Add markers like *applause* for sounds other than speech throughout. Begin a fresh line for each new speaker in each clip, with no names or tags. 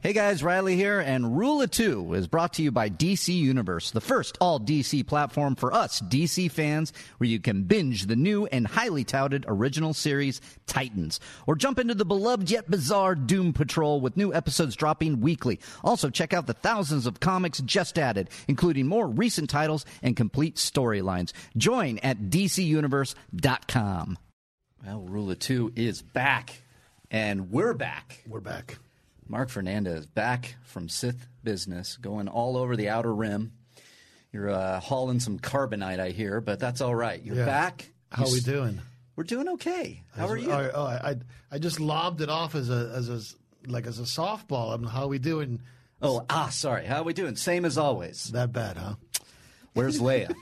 Hey guys, Riley here, and Rule of Two is brought to you by DC Universe, the first all DC platform for us DC fans, where you can binge the new and highly touted original series Titans, or jump into the beloved yet bizarre Doom Patrol with new episodes dropping weekly. Also, check out the thousands of comics just added, including more recent titles and complete storylines. Join at DCUniverse.com.
Well, Rule of Two is back, and we're back.
We're back.
Mark Fernandez back from Sith business, going all over the outer rim. You're uh, hauling some carbonite, I hear, but that's all right. You're
Yeah.
back.
How
You
we
s-
doing?
We're doing okay. How are you?
I, oh, I I just lobbed it off as a as a like as a softball. I'm how we doing?
Oh, ah, sorry. How are we doing? Same as always.
That bad, huh?
Where's
*laughs*
Leia?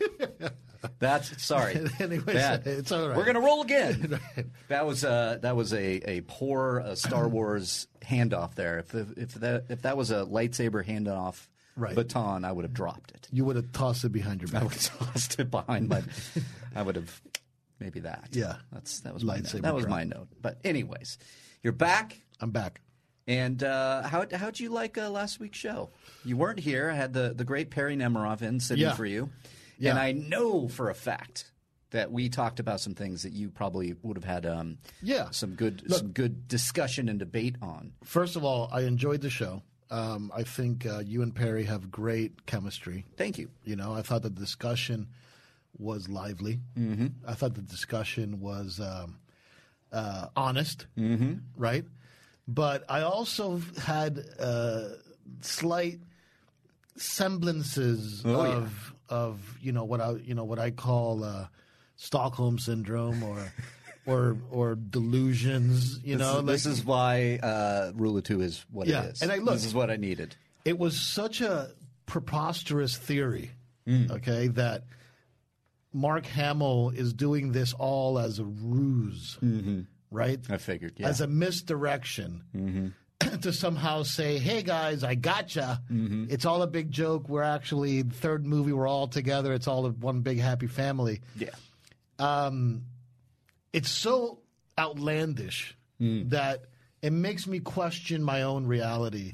That's sorry.
Anyways,
Bad.
it's all right.
We're gonna roll
*laughs*
again. That was a that was a, a poor uh, Star Wars handoff there. If the, if that if that was a lightsaber handoff
Right.
baton, I would have dropped it.
You would have tossed it behind your
I
back.
would have *laughs* tossed it behind my. I would have maybe that.
Yeah.
that's that was my note.
Lightsaber
that was
drop.
my note. But anyways, you're back.
I'm back.
And uh, how how'd you like uh, last week's show? You weren't here. I had the the great Perry Nemiroff in sitting
Yeah.
for you,
Yeah.
and I know for a fact that we talked about some things that you probably would have had um,
Yeah.
some good some good discussion and debate on.
First of all, I enjoyed the show. Um, I think uh, you and Perry have great chemistry.
Thank you.
You know, I thought the discussion was lively. Mm-hmm. I thought the discussion was um, uh, honest, mm-hmm. right? But I also had uh, slight semblances
Oh,
of of you know what I you know what I call uh, Stockholm
*laughs*
syndrome or or or delusions. You know, like-
this is why uh, Rule of Two is what
Yeah,
it is.
and I look-
this is what I needed.
it was such a preposterous theory, okay, that Mark Hamill is doing this all as a ruse, right?
I figured. Yeah. Mm-hmm.
As a misdirection *clears throat* to somehow say, hey guys, I gotcha. It's all a big joke. We're actually, third movie, we're all together. It's all one big happy family. Um,
yeah.
It's so outlandish
Mm.
that it makes me question my own
*laughs*
reality.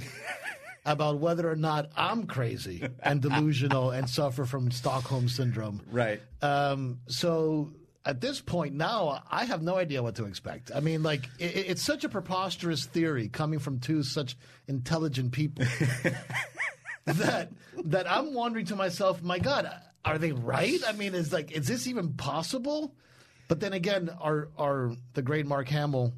about whether or not I'm crazy and delusional and suffer from Stockholm syndrome.
Right.
Um, so at this point now, I have no idea what to expect. I mean, like i i- it's such a preposterous theory coming from two such
*laughs*
intelligent people that that I'm wondering to myself, my God, are they right? I mean, is like is this even possible? But then again, our our the great Mark Hamill.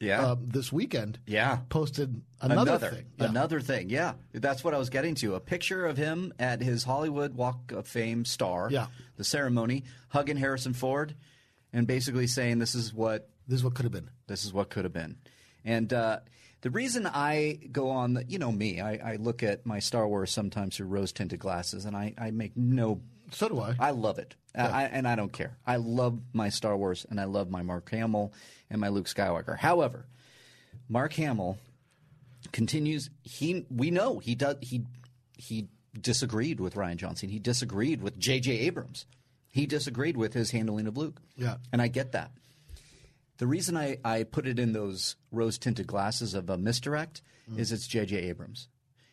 Yeah.
uh, this weekend,
Yeah.
posted another, thing, Yeah.
Another thing. Yeah. That's what I was getting to. A picture of him at his Hollywood Walk of Fame star.
Yeah.
The ceremony, hugging Harrison Ford, and basically saying this is what
This is what could have been.
this is what could have been. And uh, the reason I go on, the, you know me, I, I look at my Star Wars sometimes through rose tinted glasses, and I, I make no.
So do I.
I love it, I, I, and I don't care. I love my Star Wars, and I love my Mark Hamill and my Luke Skywalker. However, Mark Hamill continues. He we know he does he he disagreed with Ryan Johnson. He disagreed with J.J. Abrams. He disagreed with his handling of Luke.
Yeah.
and I get that. The reason I, I put it in those rose tinted glasses of a misdirect is it's J.J. Abrams.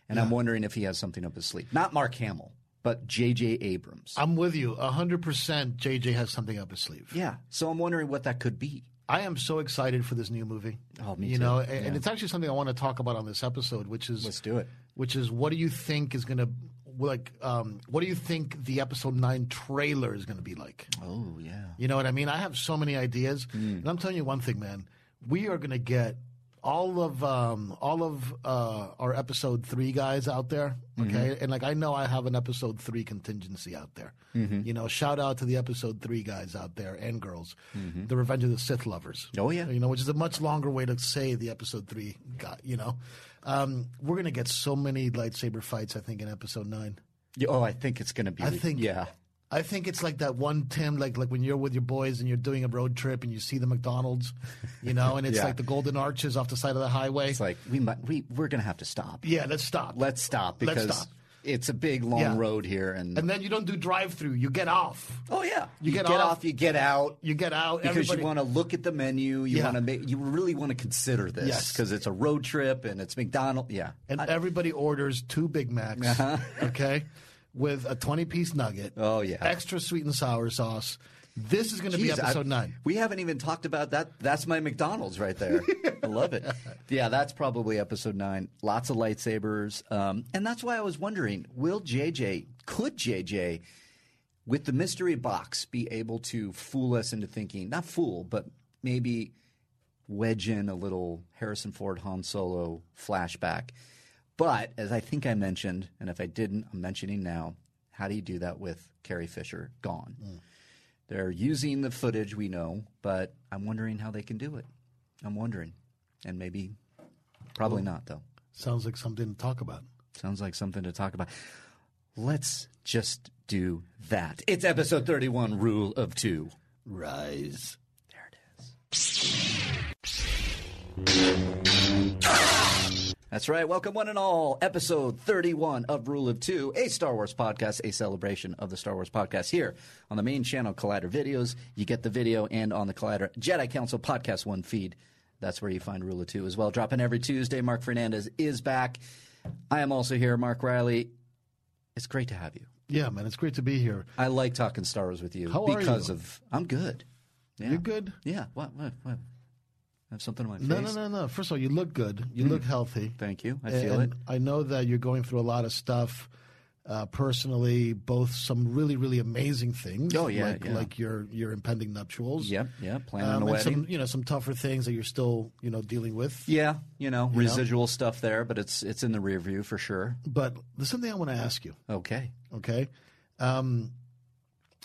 And I'm wondering if he has something up his sleeve. Not Mark Hamill, but J.J. Abrams.
I'm with you. 100% JJ has something up his sleeve.
yeah. So I'm wondering what that could be.
I am so excited for this new movie.
Oh, me
you
too.
know, and, and it's actually something I want to talk about on this episode, which is
Let's do it.
Which is what do you think is going to like um, what do you think the episode 9 trailer is going to be like?
Oh, yeah. Hmm.
You know what I mean? I have so many ideas, and I'm telling you one thing, man. We are gonna get all of um, all of uh, our episode three guys out there, okay?
Mm-hmm.
And like I know I have an episode three contingency out there.
Mm-hmm.
You know, shout out to the episode three guys out there and girls, the Revenge of the Sith lovers.
Mm-hmm. Oh, yeah.
you know, which is a much longer way to say the episode three guy. You know, um, we're gonna get so many lightsaber fights. I think in episode nine.
Yeah, Oh, I think it's going to be.
I think
Yeah.
I think it's like that one Tim, like like when you're with your boys and you're doing a road trip and you see the McDonald's, you know, and it's
*laughs* Yeah.
like the golden arches off the side of the highway.
It's like, we might, we, we're going to have to stop.
yeah, let's stop.
Let's stop because
Let's stop.
it's a big long
Yeah.
road here, and,
And then you don't do drive through. You get off.
oh yeah,
You get
off,
off.
you get out.
You get out.
because
everybody,
you want to look at the menu. You
Yeah.
want to make. You really want to consider this
Yes.
because it's a road trip and it's McDonald's. Yeah,
and
I- Uh-huh.
everybody orders two Big Macs,
*laughs*
okay, with a 20 piece nugget.
Oh, yeah.
Extra sweet and sour sauce. This is going to be
Jeez, I-
episode nine.
We haven't even talked about that. That's my McDonald's right there. I love
*laughs*
it. Yeah, that's probably episode nine. Lots of lightsabers, um, and that's why I was wondering: Will JJ? Could JJ? With the mystery box, be able to fool us into thinking, not fool, but maybe wedge in a little Harrison Ford Han Solo flashback. But as I think I mentioned, and if I didn't, I'm mentioning now, how do you do that with Carrie Fisher gone?
Mm.
They're using the footage we know, but I'm wondering how they can do it. I'm wondering. And maybe, probably not, though.
Sounds like something to talk about.
Sounds like something to talk about. Let's just do that. It's episode 31, Rule of Two.
Rise.
There it is. That's right. Welcome, one and all. Episode 31 of Rule of Two, a Star Wars podcast, a celebration of the Star Wars podcast here on the main channel, Collider Videos. You get the video and on the Collider Jedi Council Podcast One feed. That's where you find Rule of Two as well. Dropping every Tuesday. Mark Fernandez is back. I am also here, Mark Riley. It's great to have you.
Yeah, man, it's great to be here.
I like talking Star Wars with you
How are
because
you?
of I'm good. Yeah.
You're good.
Yeah. What? What? What? I have something on my face.
No, no, no, no. First of all, you look good. You look healthy.
Mm. Thank you. I feel
and
it.
I know that you're going through a lot of stuff uh, personally, both some really, really amazing things.
Oh, yeah,
like,
yeah.
like your your impending nuptials.
Yep. Yeah. Planning
Um,
a
and
wedding.
some you know some tougher things that you're still you know dealing with.
yeah. You know, residual stuff there, but it's it's in the rear view for sure.
But there's something I want to ask you,
Okay.
okay? Um,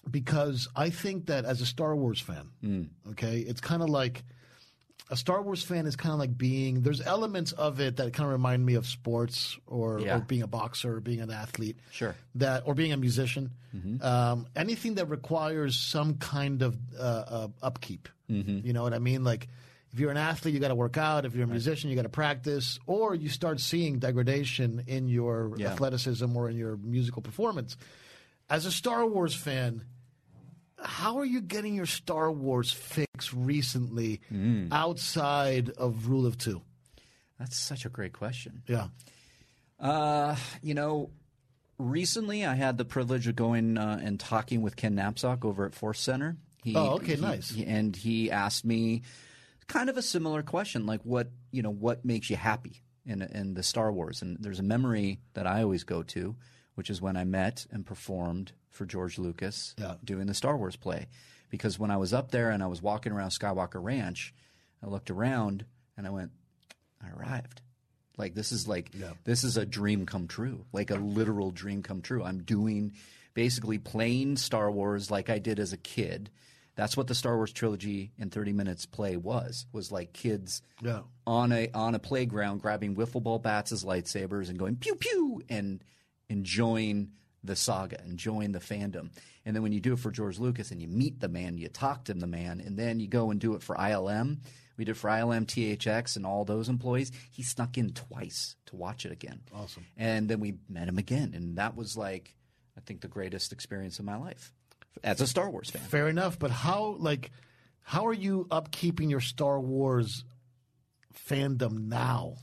because I think that as a Star Wars fan,
Mm.
okay, it's kind of like a Star Wars fan is kind of like being. There's elements of it that kind of remind me of sports or,
Yeah.
or being a boxer or being an athlete.
Sure. Mm-hmm.
that or being a musician, um, anything that requires some kind of uh, uh, upkeep.
Mm-hmm.
You know what I mean? Like if you're an athlete, you got to work out. If you're a musician, you got to practice. Or you start seeing degradation in your
Yeah.
athleticism or in your musical performance. As a Star Wars fan, how are you getting your Star Wars fix recently
Mm.
outside of Rule of Two?
That's such a great question.
Yeah.
Uh, you know, recently I had the privilege of going uh, and talking with Ken Knapsack over at Force Center. He,
Oh, okay,
he-
nice.
he- and he asked me kind of a similar question, like what you know, what makes you happy in in the Star Wars? And there's a memory that I always go to, which is when I met and performed for George Lucas
Yeah.
doing the Star Wars play, because when I was up there and I was walking around Skywalker Ranch, I looked around and I went, I arrived. Like this is like this is a dream come true, like a literal dream come true. I'm doing basically playing Star Wars like I did as a kid. That's what the Star Wars trilogy in 30 minutes play was was like kids
Yeah.
on a on a playground grabbing wiffle ball bats as lightsabers and going pew pew and enjoying the saga, enjoying the fandom. And then when you do it for George Lucas and you meet the man, you talk to the man, and then you go and do it for ILM. We did for ILM THX and all those employees. He snuck in twice to watch it again. Awesome. And then we met him again, and that was like I think the greatest experience of my life as a Star Wars fan.
Fair enough, but how like how are you upkeeping your Star Wars fandom now?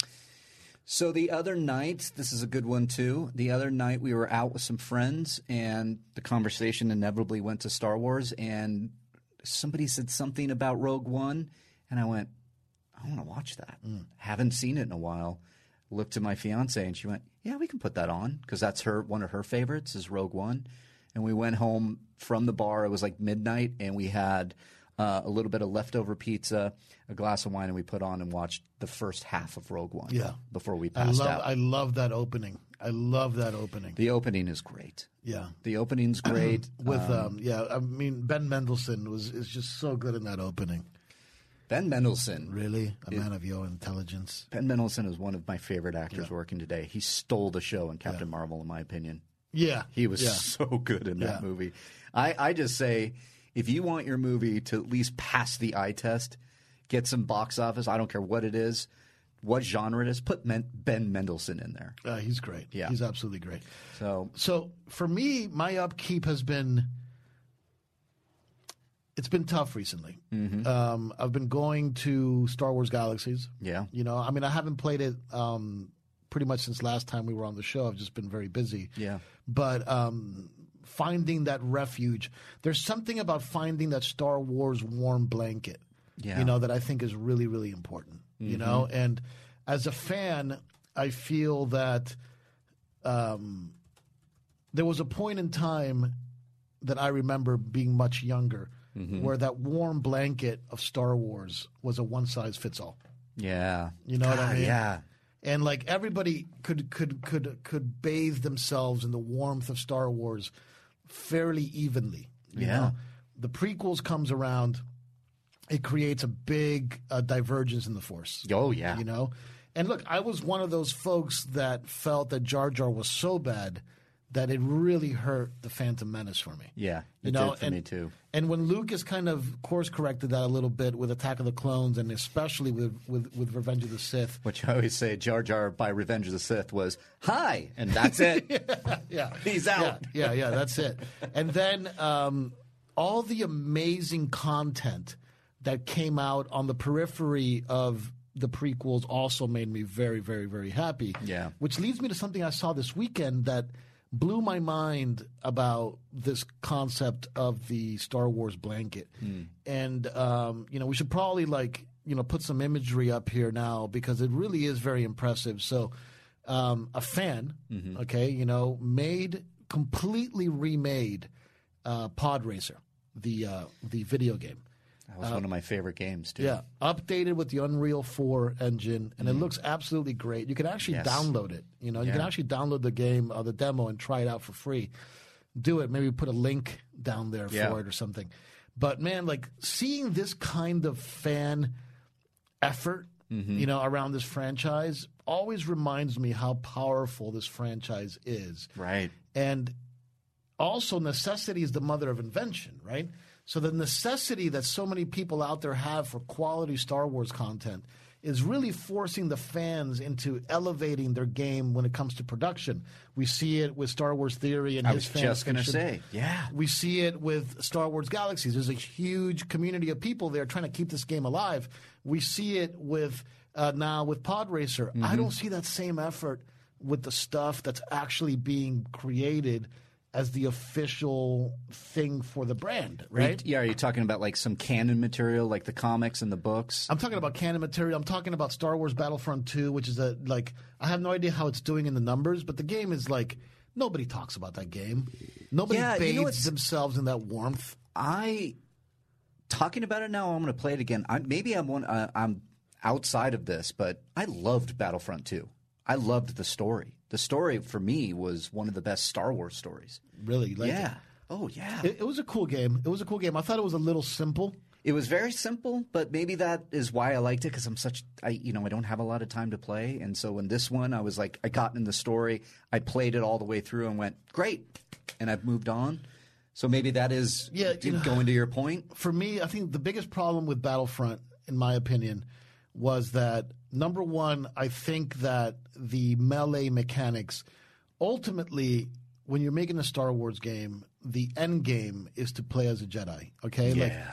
So the other night, this is a good one too. The other night we were out with some friends and the conversation inevitably went to Star Wars and somebody said something about Rogue One and I went, I want to watch that. Haven't seen it in a while. Looked to my fiance and she went, "Yeah, we can put that on because that's her one of her favorites is Rogue One." And we went home from the bar. It was like midnight, and we had uh, a little bit of leftover pizza, a glass of wine, and we put on and watched the first half of Rogue One.
Yeah.
before we
I
passed
love
out.
I love that opening. I love that opening.
the opening is great.
Yeah.
The opening's great.
*clears throat* With um, yeah, I mean Ben Mendelsohn was is just so good in that opening.
Uh, ben Mendelsohn.
Really? A man of your intelligence.
Ben Mendelsohn is one of my favorite actors working today. He stole the show in Captain Marvel, in my opinion.
Yeah.
He was *laughs*
yeah.
so good in that
Yeah.
movie. I, I just say, if you want your movie to at least pass the eye test, get some box office. I don't care what it is. what genre it is. Put Men- Ben Mendelsohn in there.
Uh, he's great.
Yeah.
He's absolutely great.
So
So for me, my upkeep has been it's been tough recently.
Mm-hmm.
Um, I've been going to Star Wars Galaxies.
Yeah.
you know, I mean, I haven't played it um, pretty much since last time we were on the show. I've just been very busy.
Yeah.
but um, finding that refuge, there's something about finding that Star Wars warm blanket.
Yeah.
you know that I think is really really important. You know, and as a fan, I feel that um, there was a point in time that I remember being much younger where that warm blanket of Star Wars was a one size fits all.
yeah,
You know what I
God,
mean?
Yeah,
And like everybody could could could could bathe themselves in the warmth of Star Wars fairly evenly. you
Yeah.
know? The prequels comes around, it creates a big uh, divergence in the force.
Oh, yeah.
You know? And look, I was one of those folks that felt that Jar Jar was so bad that it really hurt the Phantom Menace for me.
yeah. It
You know,
did for
and,
me too.
And when Lucas kind of course corrected that a little bit with Attack of the Clones and especially with, with, with Revenge of the Sith,
Which I always say, Jar Jar by Revenge of the Sith was hi, and that's it.
*laughs* yeah,
He's out.
Yeah, yeah, yeah, that's it. And then um, all the amazing content that came out on the periphery of the prequels also made me very, very, very happy.
Yeah.
Which leads me to something I saw this weekend that blew my mind about this concept of the Star Wars blanket. And um, you know, we should probably like you know put some imagery up here now because it really is very impressive. So, um, a fan, okay, you know, made completely remade uh, Pod Racer, the uh, the video game.
That was one of my favorite games too.
Yeah, updated with the Unreal 4 engine, and it looks absolutely great. You can actually
Mm. Yes.
download it. You know, you can actually download the game, uh, the demo, and try it out for free. Do it. Maybe put a link down there
Yeah.
for it or something. But man, like seeing this kind of fan effort,
Mm-hmm.
you know, around this franchise always reminds me how powerful this franchise is.
Right.
And also, necessity is the mother of invention, right? So, the necessity that so many people out there have for quality Star Wars content is really forcing the fans into elevating their game when it comes to production. We see it with Star Wars Theory and
I
his
was
fan
just gonna
fiction.
say, yeah.
We see it with Star Wars Galaxies. There's a huge community of people there trying to keep this game alive. We see it with uh, now with Pod Racer.
Mm-hmm.
I don't see that same effort with the stuff that's actually being created as the official thing for the brand,
Are you-
right?
yeah, are you talking about like some canon material, like the comics and the books?
I'm talking about canon material. I'm talking about Star Wars Battlefront 2, which is a like I have no idea how it's doing in the numbers, but the game is like nobody talks about that game. Nobody
Yeah, you know
bathes
what's-
themselves in that warmth.
I talking about it now. I'm going to play it again. I, maybe I'm one. Uh, I'm outside of this, but I loved Battlefront 2. I loved the story. The story for me was one of the best Star Wars stories.
Really, like
Yeah. Oh yeah.
It, it was a cool game. It was a cool game. I thought it was a little simple.
It was very simple, but maybe that is why I liked it because I'm such I you know I don't have a lot of time to play, and so in this one I was like I got in the story, I played it all the way through and went great, and I've moved on. So maybe that is
Yeah, you know-
going to your point.
For me, I think the biggest problem with Battlefront, in my opinion, was that number one, I think that the melee mechanics ultimately, when you're making a Star Wars game, the end game is to play as a Jedi. Okay,
Yeah.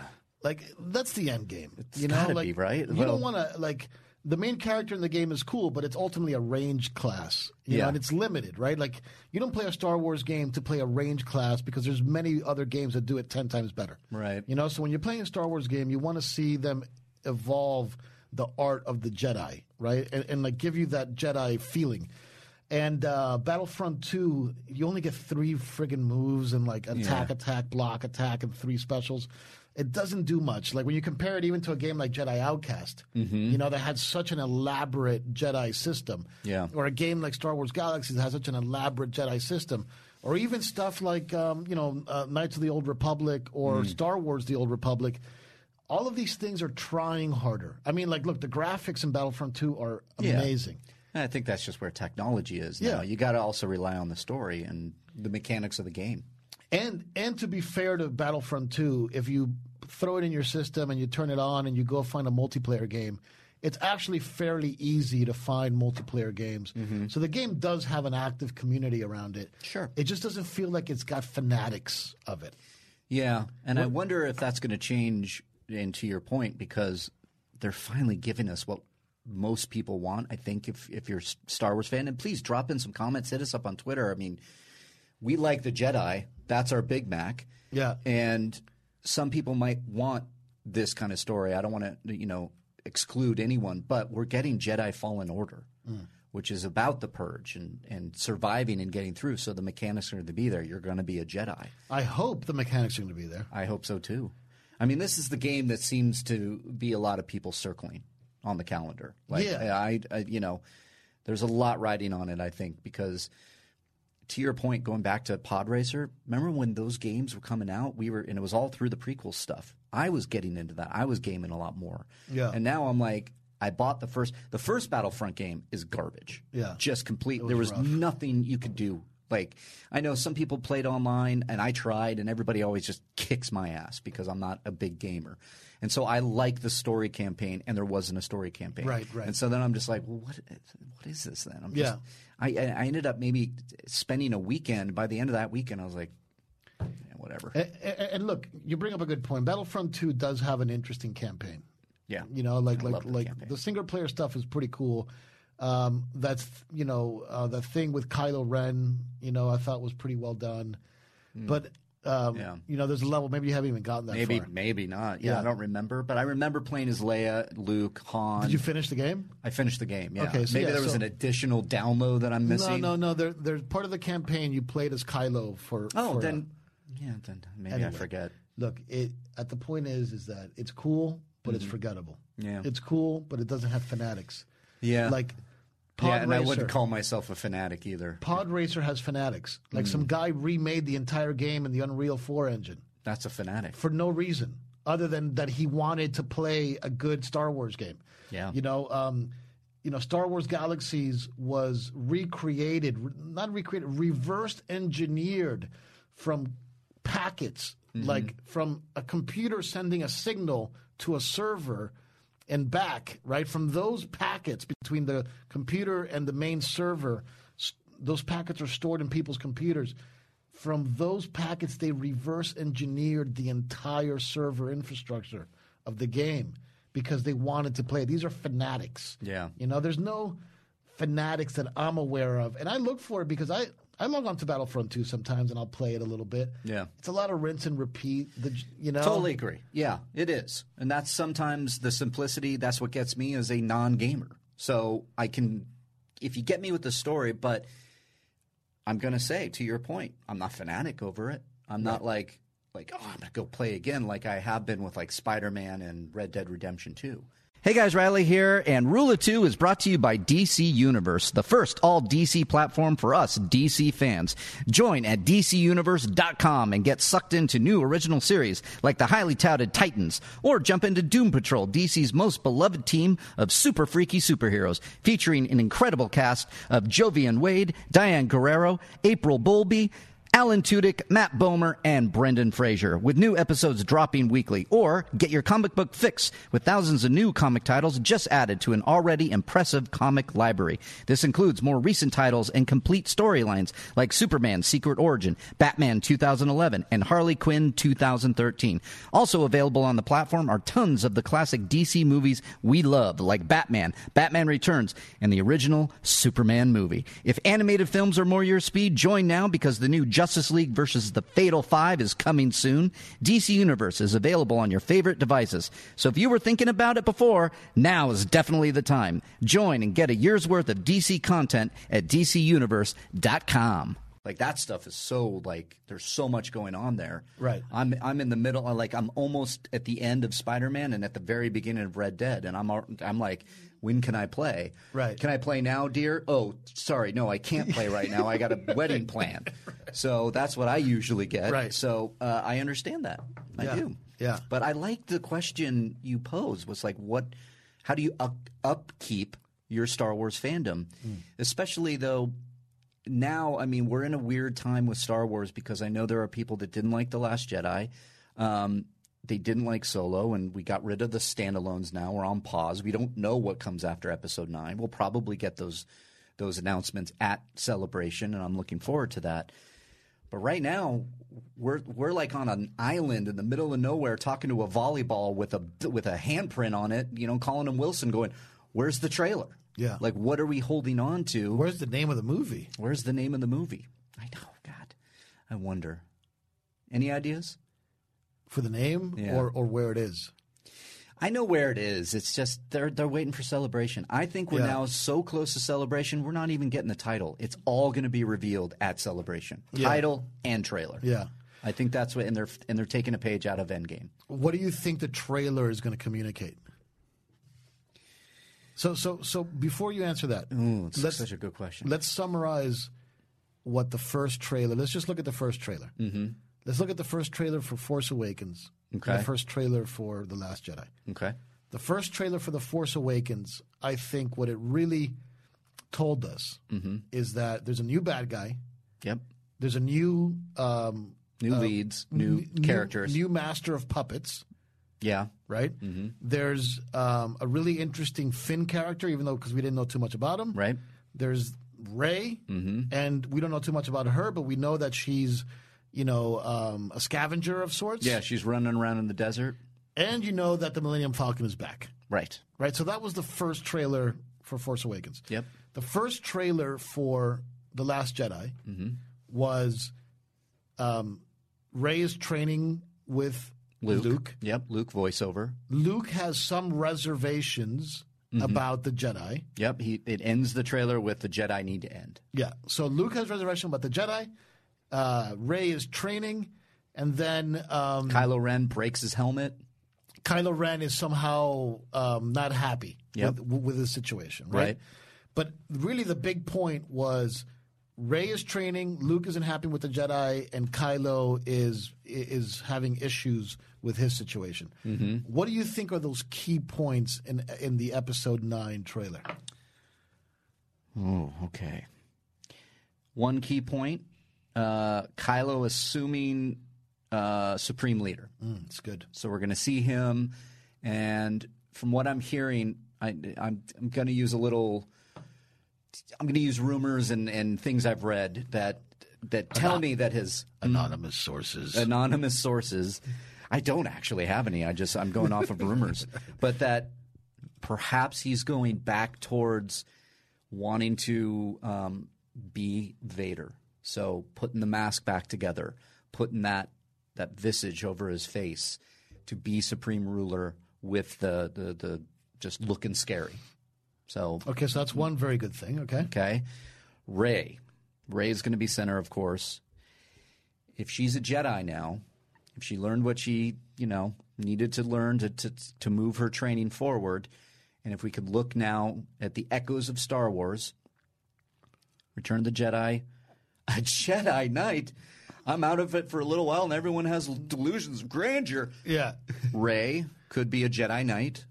like, like that's the end game. you know,
gotta
like
be, right?
You
Well-
don't want to like the main character in the game is cool, but it's ultimately a range class. You
Yeah.
know, and it's limited, right? Like you don't play a Star Wars game to play a range class because there's many other games that do it ten times better.
Right.
You know, so when you're playing a Star Wars game, you want to see them evolve the art of the Jedi, right? And, and like give you that Jedi feeling. And uh, Battlefront 2, you only get three friggin' moves and like attack, attack, block, attack, and three specials. It doesn't do much. Like when you compare it even to a game like Jedi Outcast, you know, that had such an elaborate Jedi system.
Yeah.
Or a game like Star Wars Galaxies that has such an elaborate Jedi system, or even stuff like um, you know uh, Knights of the Old Republic or Star Wars: The Old Republic. All of these things are trying harder. I mean, like, look, the graphics in Battlefront 2 are
Yeah.
amazing.
And I think that's just where technology is.
Yeah.
now. you got to also rely on the story and the mechanics of the game.
And and to be fair to Battlefront 2, if you throw it in your system and you turn it on and you go find a multiplayer game, it's actually fairly easy to find multiplayer games. So the game does have an active community around it.
Sure.
It just doesn't feel like it's got fanatics of it.
Yeah, and I wonder if that's going to change. And to your point, because they're finally giving us what most people want. I think if if you're a S- Star Wars fan, and please drop in some comments, hit us up on Twitter. I mean, we like the Jedi. That's our Big Mac.
Yeah.
and some people might want this kind of story. I don't want to, you know, exclude anyone, but we're getting Jedi Fallen Order, which is about the purge and and surviving and getting through. So the mechanics are going to be there. You're going to be a Jedi.
I hope the mechanics are going to be there.
I hope so too. I mean, this is the game that seems to be a lot of people circling on the calendar. Like,
Yeah.
I, I, you know, there's a lot riding on it. I think because, to your point, going back to Pod Racer, remember when those games were coming out? We were, and it was all through the prequel stuff. I was getting into that. I was gaming a lot more.
Yeah.
And now I'm like, I bought the first. The first Battlefront game is garbage.
Yeah.
Just complete. there was nothing you could do. Like I know some people played online, and I tried, and everybody always just kicks my ass because I'm not a big gamer, and so I like the story campaign, and there wasn't a story campaign,
Right, right.
And so then I'm just like, well, what, what is this then? I'm just,
Yeah.
I, I I ended up maybe spending a weekend. By the end of that weekend, I was like, yeah, whatever.
A- a- a- And, look, you bring up a good point. Battlefront 2 does have an interesting campaign.
Yeah.
You know, like
love
like
that
like
campaign.
the single player stuff is pretty cool. Um, that's you know uh, the thing with Kylo Ren. You know, I thought was pretty well done, but um,
Hmm. Yeah.
you know, there's a level. Maybe you haven't even gotten that
Maybe,
far.
maybe not. Yeah, I don't remember, but I remember playing as Leia, Luke, Han.
Did you finish the game?
I finished the game. Yeah.
Okay, so
Maybe
yeah,
there was
so-
an additional download that I'm
No,
missing.
no, no. There, there's part of the campaign you played as Kylo for.
Oh,
for, uh,
then yeah, then maybe I
Anyway.
forget.
look, it. At the point is, is that it's cool, but it's forgettable.
Hmm. Yeah.
it's cool, but it doesn't have fanatics.
Yeah.
like Pod
yeah, and I
Racer.
wouldn't call myself a fanatic either.
Pod Racer has fanatics. Like some guy remade the entire game in the Unreal 4 engine
That's a fanatic.
for no reason other than that he wanted to play a good Star Wars game.
Yeah.
You know, um, you know, Star Wars Galaxies was recreated, re- not recreated, reversed engineered from packets, like from a computer sending a signal to a server and back, right? From those packets between the computer and the main server, s- those packets are stored in people's computers. From those packets, they reverse engineered the entire server infrastructure of the game because they wanted to play. These are fanatics.
Yeah.
You know, there's no fanatics that I'm aware of. And I look for it because I, I log on to Battlefront 2 sometimes and I'll play it a little bit.
Yeah.
It's a lot of rinse and repeat. The, you know?
Totally agree. Yeah, it is. And that's sometimes the simplicity, that's what gets me as a non gamer. So I can, if you get me with the story, but I'm going to say, to your point, I'm not fanatic over it. I'm not like, like, oh, I'm going to go play again, like I have been with like Spider Man and Red Dead Redemption 2.
Hey guys, Riley here, and Rule of Two is brought to you by DC Universe, the first all DC platform for us DC fans. Join at DCUniverse.com and get sucked into new original series like the highly touted Titans, or jump into Doom Patrol, DC's most beloved team of super freaky superheroes, featuring an incredible cast of Jovian Wade, Diane Guerrero, April Bowlby, Alan Tudyk, Matt Bomer, and Brendan Fraser, with new episodes dropping weekly. Or get your comic book fix with thousands of new comic titles just added to an already impressive comic library. This includes more recent titles and complete storylines like Superman Secret Origin, Batman 2011, and Harley Quinn 2013. Also available on the platform are tons of the classic DC movies we love, like Batman, Batman Returns, and the original Superman movie. If animated films are more your speed, join now because the new Justice League versus the Fatal Five is coming soon. DC Universe is available on your favorite devices. So if you were thinking about it before, now is definitely the time. Join and get a year's worth of DC content at DCUniverse.com.
Like that stuff is so like there's so much going on there.
Right.
I'm I'm in the middle. I, Like I'm almost at the end of Spider Man and at the very beginning of Red Dead, and I'm al- I'm like, when can I play?
Right.
Can I play now, dear? Oh, sorry, no, I can't play right now. I got
*laughs*
a wedding plan. So that's what I usually get.
Right.
So uh, I understand that. I
Yeah.
do.
Yeah.
But I like the question you posed was like, what? How do you up, upkeep your Star Wars fandom,
Hmm.
especially though? now, I mean, we're in a weird time with Star Wars because I know there are people that didn't like The Last Jedi. Um, They didn't like Solo, and we got rid of the standalones. Now we're on pause. We don't know what comes after Episode Nine. We'll probably get those those announcements at Celebration, and I'm looking forward to that. But right now, we're we're like on an island in the middle of nowhere, talking to a volleyball with a with a handprint on it. You know, calling him Wilson, going, "Where's the trailer?
Yeah.
like what are we holding on to?
Where's the name of the movie?
Where's the name of the movie? I know, God, I wonder. Any ideas?
For the name
Yeah.
or, or where it is?
I know where it is. It's just they're they're waiting for celebration. I think we're
Yeah.
now so close to celebration. We're not even getting the title. It's all going to be revealed at celebration. Title and trailer.
Yeah.
I think that's what and they're and they're taking a page out of Endgame.
What do you think the trailer is going to communicate? So, so, so before you answer that, let's,
Such a good question.
let's summarize what the first trailer. Let's just look at the first trailer. Mm-hmm. Let's look at the first trailer for Force Awakens. and
Okay.
the first trailer for The Last Jedi.
okay.
The first trailer for The Force Awakens, I think what it really told us
Mm-hmm.
is that there's a new bad guy,
Yep.
there's a new um,
New leads, Uh, new
n-
characters.
new master of puppets,
yeah.
right?
Mm-hmm.
There's um, a really interesting Finn character, even though because we didn't know too much about him,
Right. Mm-hmm.
There's Ray, and we don't know too much about her, but we know that she's, you know, um, a scavenger of sorts.
Yeah, she's running around in the desert.
and you know that the Millennium Falcon is back.
Right.
Right. So that was the first trailer for Force Awakens.
Yep.
The first trailer for The Last Jedi
Mm-hmm.
was um, Ray is training with
Luke.
Luke.
Yep. Luke voiceover.
Luke has some reservations about the Jedi.
Yep. He it ends the trailer with the Jedi need to end.
Yeah. So Luke has reservation about the Jedi. Uh, Ray is training, and then um,
Kylo Ren breaks his helmet.
Kylo Ren is somehow um, not happy
Yep.
with, with his situation, right?
Right.
But really, the big point was Ray is training, Luke isn't happy with the Jedi, and Kylo is is having issues with his situation. What do you think are those key points in in the Episode Nine trailer?
Oh, okay. One key point: uh, Kylo assuming uh, supreme leader.
Mm, it's good.
So we're going to see him, and from what I'm hearing, I, I'm I'm going to use a little. I'm going to use rumors and, and things I've read that that tell me that his
Anonymous sources.
anonymous sources. I don't actually have any. I just I'm going off of rumors, but that perhaps he's going back towards wanting to um, be Vader. So putting the mask back together, putting that that visage over his face to be supreme ruler with the the, the just looking scary. So
okay, so that's one very good thing. Okay.
Okay. Ray. Ray is going to be center, of course. If she's a Jedi now, if she learned what she, you know, needed to learn to, to, to move her training forward, and if we could look now at the echoes of Star Wars, Return of the Jedi, a *laughs* Jedi Knight. I'm out of it for a little while, and everyone has delusions of grandeur.
Yeah.
Ray could be a Jedi Knight,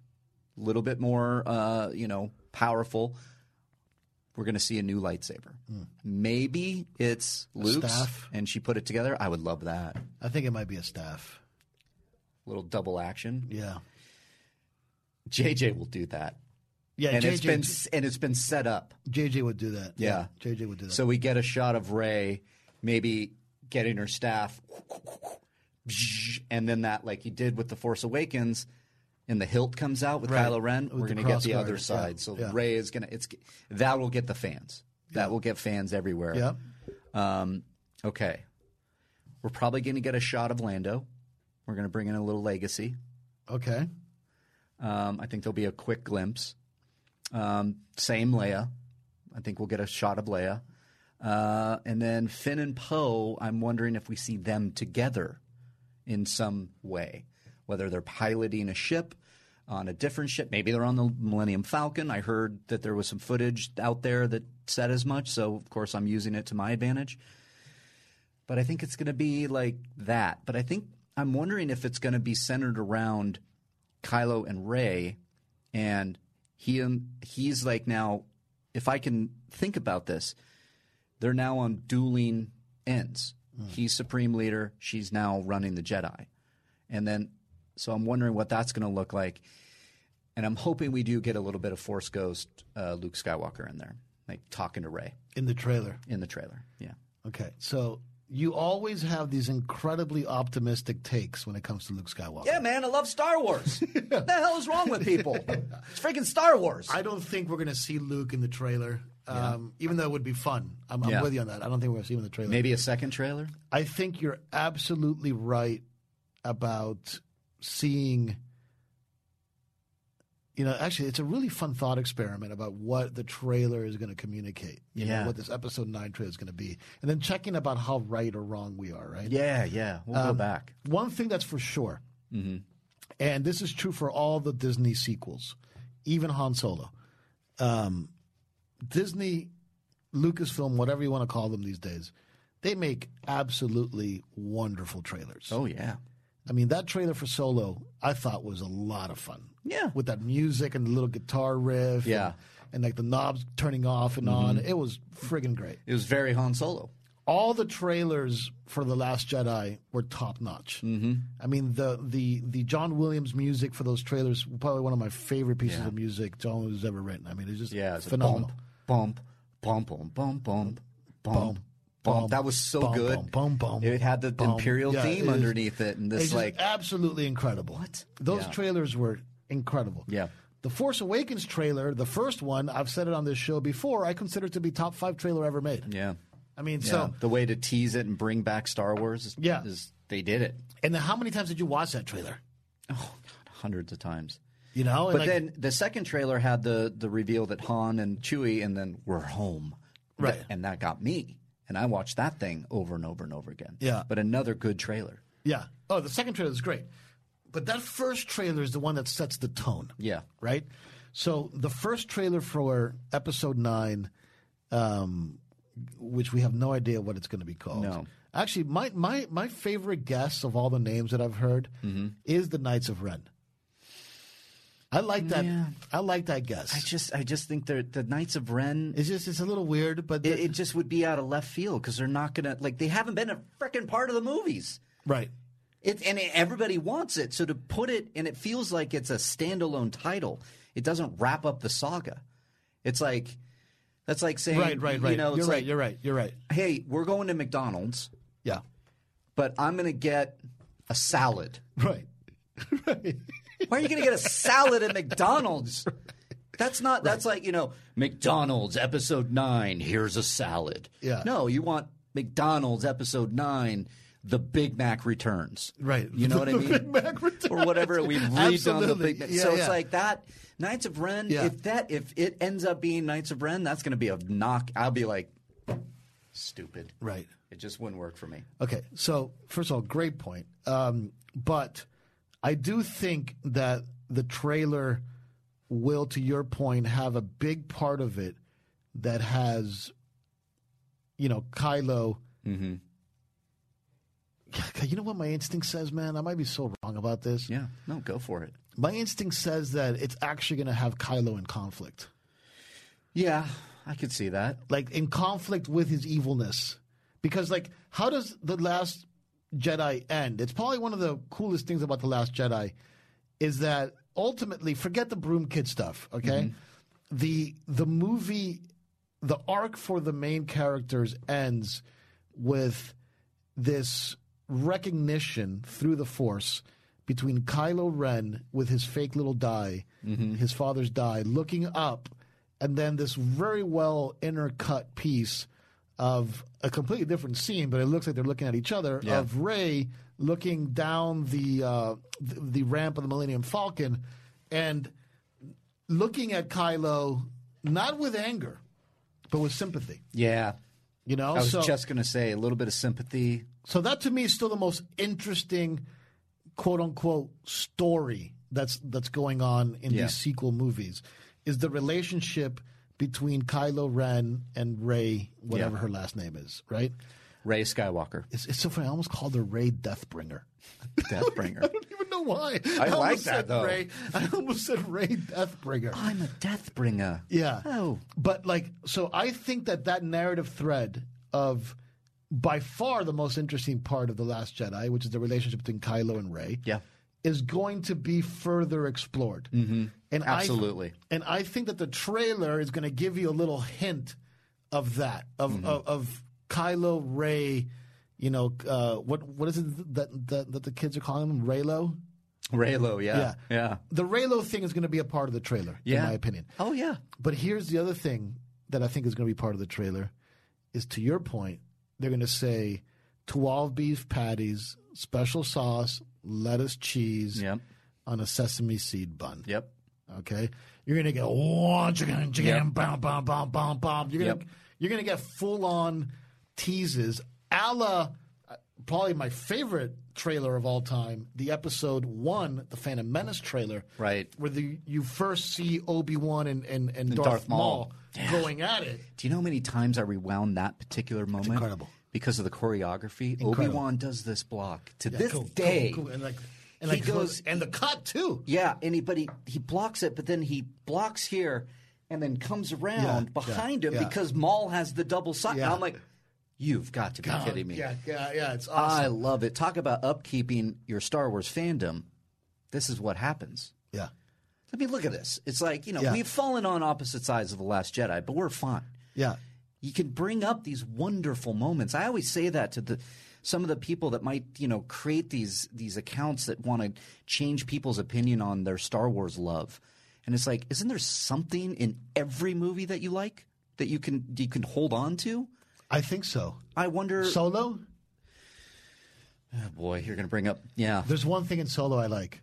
a little bit more, uh, you know, powerful. We're going to see a new lightsaber. Maybe it's Luke's,
Hmm. staff.
and she put it together. I would love that
I think it might be a staff.
little double action.
Yeah.
JJ will do that,
Yeah,
and
JJ,
it's been and it's been set up.
JJ would do that.
Yeah.
JJ would do that.
So we get a shot of Ray, maybe getting her staff, and then that, like he did with the Force Awakens, and the hilt comes out with
Right.
Kylo Ren.
With
we're
the
going to get the
crossguard,
other
yeah,
side. So
yeah.
Ray is going to. It's that will get the fans. That will get fans everywhere.
yeah.
Um, okay. We're probably going to get a shot of Lando. We're going to bring in a little legacy.
Okay.
Um, I think there'll be a quick glimpse. Um, same Leia. I think we'll get a shot of Leia. Uh, and then Finn and Poe, I'm wondering if we see them together in some way, whether they're piloting a ship on a different ship. Maybe they're on the Millennium Falcon. I heard that there was some footage out there that said as much. So, of course, I'm using it to my advantage. But I think it's going to be like that. But I think I'm wondering if it's going to be centered around Kylo and Ray, and he um, he's like now, if I can think about this, they're now on dueling Hmm. ends. He's supreme leader. She's now running the Jedi, and then So I'm wondering what that's going to look like. And I'm hoping we do get a little bit of Force Ghost uh, Luke Skywalker in there, like talking to Ray
in the trailer.
in the trailer. Yeah.
Okay, so you always have these incredibly optimistic takes when it comes to Luke Skywalker.
Yeah, man, I love Star *laughs* Wars. what the hell is wrong with people? It's freaking Star Wars.
I don't think we're going to see Luke in the trailer, um, even though it would be fun. I'm, I'm
Yeah.
with you on that. I don't think we're going to see him in the trailer.
Maybe a second trailer?
I think you're absolutely right about seeing. You know, actually, it's a really fun thought experiment about what the trailer is going to communicate. You know,
Yeah.
what this episode nine trailer is going to be, and then checking about how right or wrong we are. Right?
Yeah, yeah. We'll go back.
One thing that's for sure,
Mm-hmm.
and this is true for all the Disney sequels, even Han Solo. Um, Disney, Lucasfilm, whatever you want to call them these days, they make absolutely wonderful trailers.
Oh, yeah.
I mean, that trailer for Solo, I thought was a lot of fun.
Yeah.
With that music and the little guitar riff.
Yeah. Mm-hmm.
And, and like the knobs turning off and on. It was friggin' great.
It was very Han Solo.
all the trailers for the Last Jedi were top notch. Mm-hmm. I mean, the the the John Williams music for those trailers probably one of my favorite pieces of music John Williams has ever written. I mean, it's just
Yeah, it's
phenomenal.
Bump, bump, bump, bump, bump, bump, bump,
bump,
bump. That was so
bump,
good.
bump, bump, bump,
it had the
bump.
imperial
Um, Yeah, it
theme
is-
underneath it, and
It's
this
just
like
absolutely incredible.
What?
Those
Yeah.
trailers were incredible.
Yeah.
The Force Awakens trailer, the first one, I've said it on this show before, I consider it to be top five trailer ever made.
yeah,
I mean,
yeah.
so
the way to tease it and bring back Star Wars. Is,
Yeah.
is they did it Oh,
and then how many times did you watch that trailer?
hundreds of times.
You know, Oh, and
But
like,
then the second trailer had the the reveal that Han and Chewie, and then we're home,
Right.
Th- and that got me, and I watched that thing over and over and over again.
Yeah.
but another good trailer.
Yeah. Oh, the second trailer is great. But that first trailer is the one that sets the tone.
Yeah.
Right? So the first trailer for episode nine, um, which we have no idea what it's going to be called.
No.
Actually, my, my, my favorite guess of all the names that I've heard
Mm-hmm.
is the Knights of Ren. I like that. I like that guess.
I just I just think they're the Knights of Ren.
it's just it's a little weird, but
it, it just would be out of left field because they're not gonna like they haven't been a freaking part of the movies.
right.
It and it, everybody wants it, so to put it and it feels like it's a standalone title. It doesn't wrap up the saga. It's like that's like saying
Right, right, right.
You know, it's
you're right,
like,
you're right, you're right.
Hey, we're going to McDonald's,
Yeah. *laughs*
but I'm gonna get a salad.
Right. right.
Why are you gonna get a salad at McDonald's? That's not. That's like you know McDonald's episode nine. Here's a salad.
Yeah.
No, you want McDonald's episode nine. The Big Mac returns.
Right.
You know what I
*laughs* The
mean?
Big Mac returns.
Or whatever we've redone the
Absolutely.
Big Mac.
Yeah,
so
yeah.
it's like that Knights of Ren.
Yeah.
If that if it ends up being Knights of Ren, that's going to be a knock. I'll be like, stupid.
Right.
It just wouldn't work for me.
Okay, so first of all, great point. Um, but I do think that the trailer will, to your point, have a big part of it that has, you know, Kylo. Mm-hmm. You know what my instinct says, man? I might be so wrong about this.
Yeah. No, go for it.
My instinct says that it's actually going to have Kylo in conflict,
Yeah, I could see that.
like in conflict with his evilness. Because, like, how does the last Jedi end? It's probably one of the coolest things about The Last Jedi is that ultimately, forget the broom kid stuff, okay? The the movie the arc for the main characters ends with this recognition through the force between Kylo Ren with his fake little die,
Mm-hmm.
his father's die, looking up, and then this very well intercut piece of a completely different scene, but it looks like they're looking at each other
Yeah.
of Ray looking down the, uh, the the ramp of the Millennium Falcon and looking at Kylo not with anger, but with sympathy.
Yeah.
You know,
I was
so
just going to say a little bit of sympathy.
so that to me is still the most interesting, quote unquote, story that's that's going on in
Yeah.
these sequel movies is the relationship between Kylo Ren and Ray, whatever her last name is, right?
Ray Skywalker,
It's, it's so funny. I almost called her Ray Deathbringer. *laughs*
Deathbringer.
I don't even know why.
I like
almost
that,
said
though.
Rey- I almost said Ray Deathbringer.
*laughs* I'm a Deathbringer.
Yeah.
Oh.
But like, so I think that that narrative thread of by far the most interesting part of The Last Jedi, which is the relationship between Kylo and Rey,
Yeah.
is going to be further explored. Mm-hmm. And I-
Absolutely.
and I think that the trailer is going to give you a little hint of that of
Mm-hmm.
of, of Kylo Ray. You know uh, what? What is it that, that that the kids are calling him? Raylo.
Raylo, yeah. Yeah. Yeah.
The Raylo thing is going to be a part of the trailer, in my opinion.
Oh, yeah.
But here's the other thing that I think is going to be part of the trailer is to your point, they're going to say 12 beef patties, special sauce, lettuce, cheese
Yep.
on a sesame seed bun.
Yep.
Okay? You're going to get oh, one chicken, chicken, bum, bum, bum, bum, bum. You're going
Yep.
to you're going to get full on teases a la uh, probably my favorite trailer of all time, the episode one, the Phantom Menace trailer
Right.
where the, you first see Obi Wan and, and, and, Darth,
Darth Maul.
Maul, going at it.
Do you know how many times I rewound that particular moment?
incredible.
Because of the choreography. Obi Wan does this block to this
Cool, cool,
day.
cool. and like, and
He
like
goes-
and the cut too.
Yeah, and he, but he, he blocks it, but then he blocks here and then comes around
yeah,
behind him
yeah.
because Maul has the double side.
Yeah.
I'm like, you've got to be kidding me.
Yeah, yeah, yeah. It's awesome.
I love it. Talk about upkeeping your Star Wars fandom. This is what happens.
yeah,
I mean, look at this. It's like, you know,
Yeah.
we've fallen on opposite sides of The Last Jedi, but we're fine.
yeah,
You can bring up these wonderful moments. I always say that to the some of the people that might, you know, create these these accounts that want to change people's opinion on their Star Wars love. And it's like, isn't there something in every movie that you like that you can you can hold on to?
I think so.
I wonder
Solo.
Oh, boy, you're gonna bring up yeah.
There's one thing in Solo I like.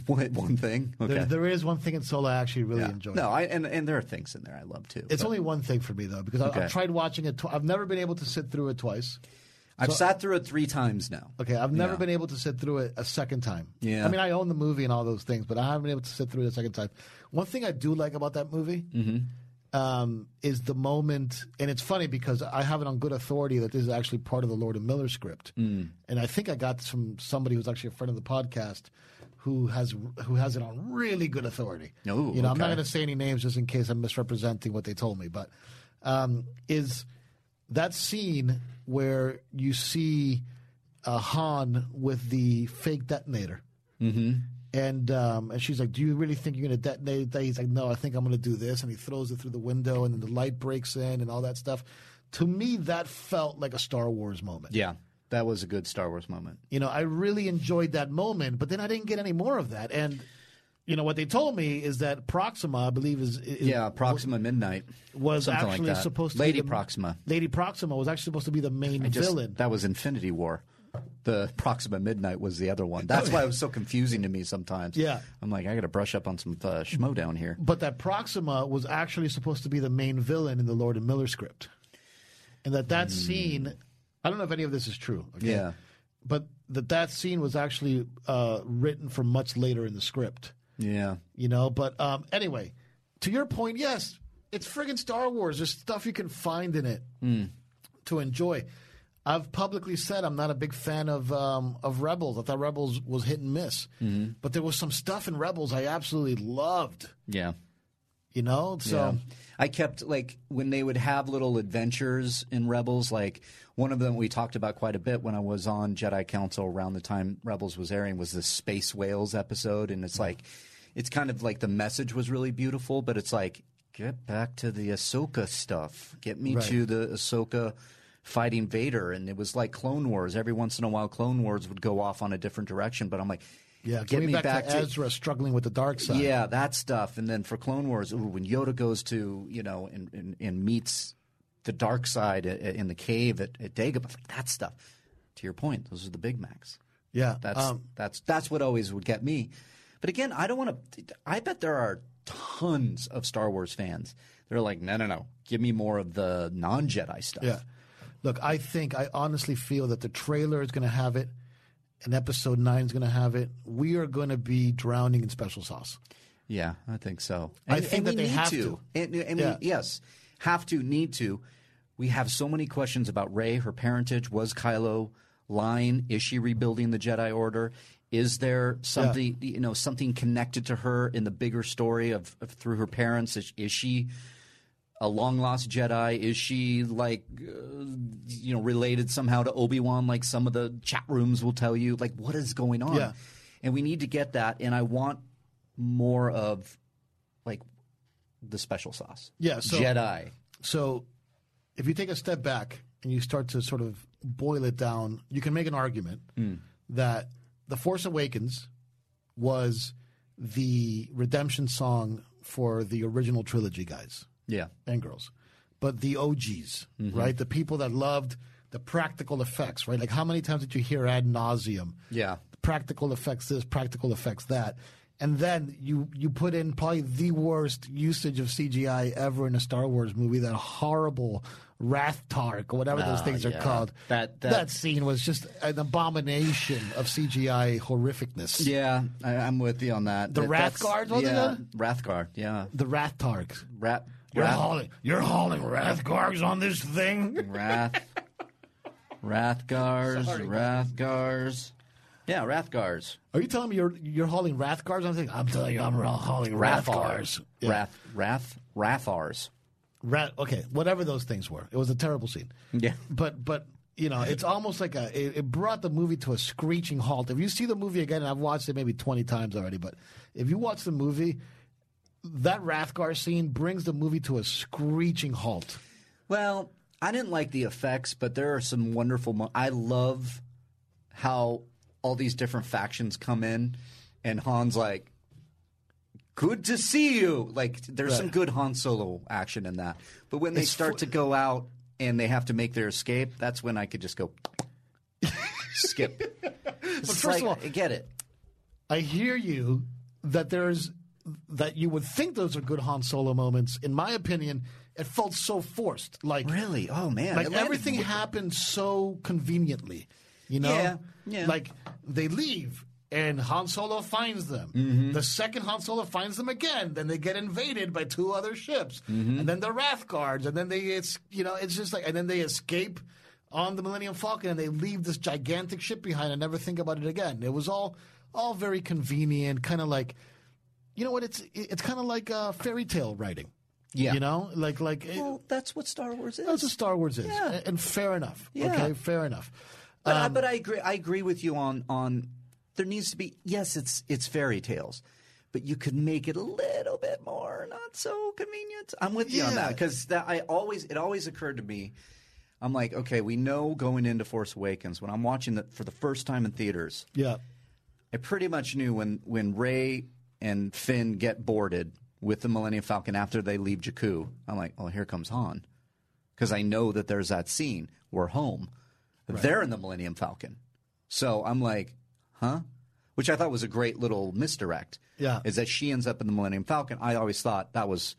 *laughs* One, one thing. Okay.
There, there is one thing in Solo I actually really enjoy.
No, I and, and there are things in there I love too.
It's
but
only one thing for me though, because I,
Okay.
I've tried watching it. Tw- I've never been able to sit through it twice.
I've sat through it three times now.
Okay, I've never been able to sit through it a second time.
Yeah.
I mean, I own the movie and all those things, but I haven't been able to sit through it a second time. One thing I do like about that movie um, is the moment, and it's funny because I have it on good authority that this is actually part of the Lord and Miller script,
Mm.
and I think I got this from somebody who's actually a friend of the podcast who has who has it on really good authority.
Ooh,
you know, I'm not
okay.
going to say any names just in case I'm misrepresenting what they told me, but um, is that scene where you see uh, Han with the fake detonator. And um, and she's like, "Do you really think you're going to detonate that?" He's like, "No, I think I'm going to do this." And he throws it through the window, and then the light breaks in, and all that stuff. To me, that felt like a Star Wars moment.
Yeah, that was a good Star Wars moment.
You know, I really enjoyed that moment, but then I didn't get any more of that. And you know what they told me is that Proxima, I believe, is, is
Yeah, Proxima Midnight
was
something
actually
like that.
supposed to
Lady
be the,
Proxima.
Lady Proxima was actually supposed to be the main
Just-
villain.
That was Infinity War. The *laughs* Proxima Midnight was the other one. That's why it was so confusing to me sometimes.
Yeah.
I'm like, I got to brush up on some uh, schmo down here.
But that Proxima was actually supposed to be the main villain in the Lord and Miller script, and that that scene. I don't know if any of this is true. Okay?
Yeah.
But that that scene was actually uh, written for much later in the script.
Yeah.
You know. But um, anyway, to your point, yes, it's friggin' Star Wars. There's stuff you can find in it to enjoy. I've publicly said I'm not a big fan of um, of Rebels. I thought Rebels was hit and miss, but there was some stuff in Rebels I absolutely loved
Yeah.
you know so
I kept like when they would have little adventures in Rebels, like one of them we talked about quite a bit when I was on Jedi Council around the time Rebels was airing was this Space Whales episode. And it's like, it's kind of like the message was really beautiful, but it's like, get back to the Ahsoka stuff. Get me to the Ahsoka fighting Vader. And it was like Clone Wars. Every once in a while, Clone Wars would go off on a different direction, but I'm like,
yeah get me back, to, Ezra struggling with the dark side
yeah, that stuff. And then for Clone Wars, ooh, when Yoda goes to, you know, and, and, and meets the dark side i- i- in the cave at, at Dagobah, like, that stuff. To your point, those are the Big Macs.
yeah um,
That's, that's, that's what always would get me. But again, I don't want to. I bet there are tons of Star Wars fans. They're like, no, no, no. Give me more of the non Jedi stuff.
yeah look i think i honestly feel that the trailer is going to have it and episode 9 is going to have it we are going to be drowning in special sauce
Yeah, I think so.
I think that
we
they
need
have
to.
to.
And, and
Yeah.
we, yes, have to, need to. We have so many questions about Rey, her parentage. Was Kylo lying? Is she rebuilding the Jedi Order? Is there something you know something connected to her in the bigger story of, of through her parents? Is, is she a long lost Jedi? Is she like uh, you know related somehow to Obi Wan? Like some of the chat rooms will tell you. Like what is going on?
Yeah.
and we need to get that. And I want more of like the special sauce.
Yeah, so-
Jedi.
So, if you take a step back and you start to sort of boil it down, you can make an argument that The Force Awakens was the redemption song for the original trilogy guys
Yeah.
and girls, but the OGs,
Mm-hmm.
right? The people that loved the practical effects, right? Like, how many times did you hear ad nauseum?
Yeah.
practical effects this, practical effects that. And then you, you put in probably the worst usage of CGI ever in a Star Wars movie, that horrible Rathtark or whatever those things are
Ah, yeah.
called.
That- that-
scene was just an abomination of CGI horrificness.
Yeah, I, I'm with you on that.
The
That-
Wrath
that's-
Guard, wasn't
yeah,
it?
Wrath Guard, yeah.
The Rathtark.
Wrath,
You're
Wrath,
hauling, you're hauling Rathgargs on this thing.
*laughs* Wrath, Wrath Guards,
Sorry,
Wrath Guards. Yeah, Wrath Guards.
Are you telling me you're you're hauling Rathgargs? I'm saying I'm telling you I'm hauling Rathgargs. Yeah.
Wrath, Wrath, Wrathars.
Rat. Okay, whatever those things were, it was a terrible scene.
Yeah.
but but you know, it's almost like a it, it brought the movie to a screeching halt. If you see the movie again, and I've watched it maybe twenty times already, but if you watch the movie, that Rathgar scene brings the movie to a screeching halt.
Well, I didn't like the effects, but there are some wonderful. Mo- I love how all these different factions come in, and Han's like, "Good to see you." Like, there's some good Han Solo action in that. But when they start to go out and they have to make their escape, that's when I could just
*laughs*
go skip. but
first of all-
I get it.
I hear you that there's that you would think those are good Han Solo moments. In my opinion, it felt so forced. Like
Really? Oh man!
like
It landed
everything
w-
happened so conveniently, you know.
Yeah, yeah.
Like they leave, and Han Solo finds them. The second Han Solo finds them again, then they get invaded by two other ships, and then the Wrath Guards, and then they it's you know it's just like and then they escape on the Millennium Falcon, and they leave this gigantic ship behind and never think about it again. It was all all very convenient, kind of like. You know what? It's it's kind of like uh, fairy tale writing.
Yeah.
You know, like like it-
Well, that's what Star Wars is.
that's what Star Wars is.
Yeah.
And fair enough.
Yeah.
Okay, fair enough. Uh,
But, I, but I agree. I agree with you on on there needs to be yes, it's it's fairy tales, but you could make it a little bit more not so convenient. I'm with you on
Yeah.
that because that I always it always occurred to me. I'm like, okay, we know going into Force Awakens when I'm watching it for the first time in theaters.
Yeah.
I pretty much knew when when Ray and Finn get boarded with the Millennium Falcon after they leave Jakku. I'm like, oh, here comes Han, because I know that there's that scene. We're home. They're in the Millennium Falcon, so I'm like, huh? Which I thought was a great little misdirect.
Yeah.
is that she ends up in the Millennium Falcon? I always thought that was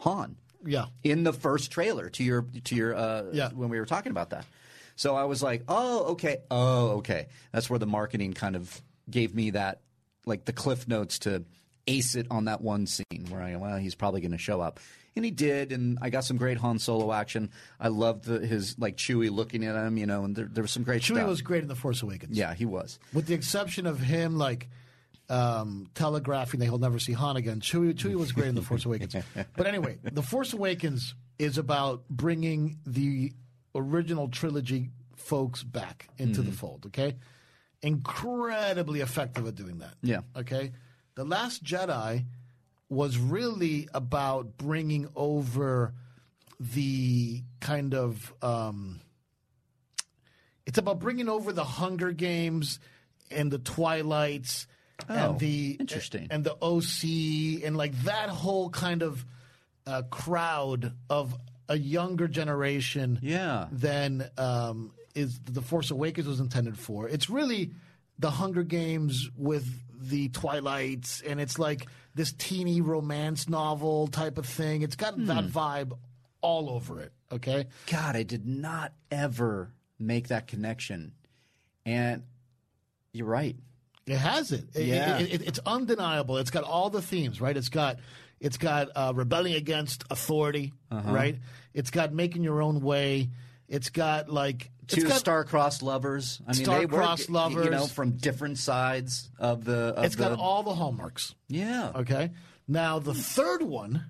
Han
Yeah.
in the first trailer to your to your uh,
Yeah.
when we were talking about that. So I was like, oh okay, oh okay. That's where the marketing kind of gave me that like the cliff notes to ace it on that one scene where I well he's probably going to show up. And he did, and I got some great Han Solo action. I loved the, his like Chewie looking at him, you know, and there, there was some great
Chewie
stuff.
was great in The Force Awakens.
yeah, he was.
With the exception of him, like, um, telegraphing that he'll never see Han again. Chewie, Chewie was great in The Force Awakens. But anyway, The Force Awakens is about bringing the original trilogy folks back into the fold, okay? Incredibly effective at doing that.
Yeah.
Okay? The Last Jedi was really about bringing over the kind of. Um, it's about bringing over the Hunger Games and the Twilights
Oh,
and the
interesting.
and the OC and like that whole kind of uh, crowd of a younger generation
Yeah.
than um, is the Force Awakens was intended for. It's really the Hunger Games with the Twilights, and it's like this teeny romance novel type of thing. It's
Hmm.
got that vibe all over it. Okay,
God, I did not ever make that connection. And you're right.
It has it. It-
Yeah.
it- it- it's undeniable. It's got all the themes, right? It's got it's got uh, rebelling against authority,
Uh-huh.
right? It's got making your own way. It's got like it's
two
got-
star-crossed lovers. I mean, they
Star-crossed
were, y- you know,
lovers.
from different sides of the. Of
It's
the,
got all the hallmarks.
Yeah. Hmm.
Okay. Now the third one,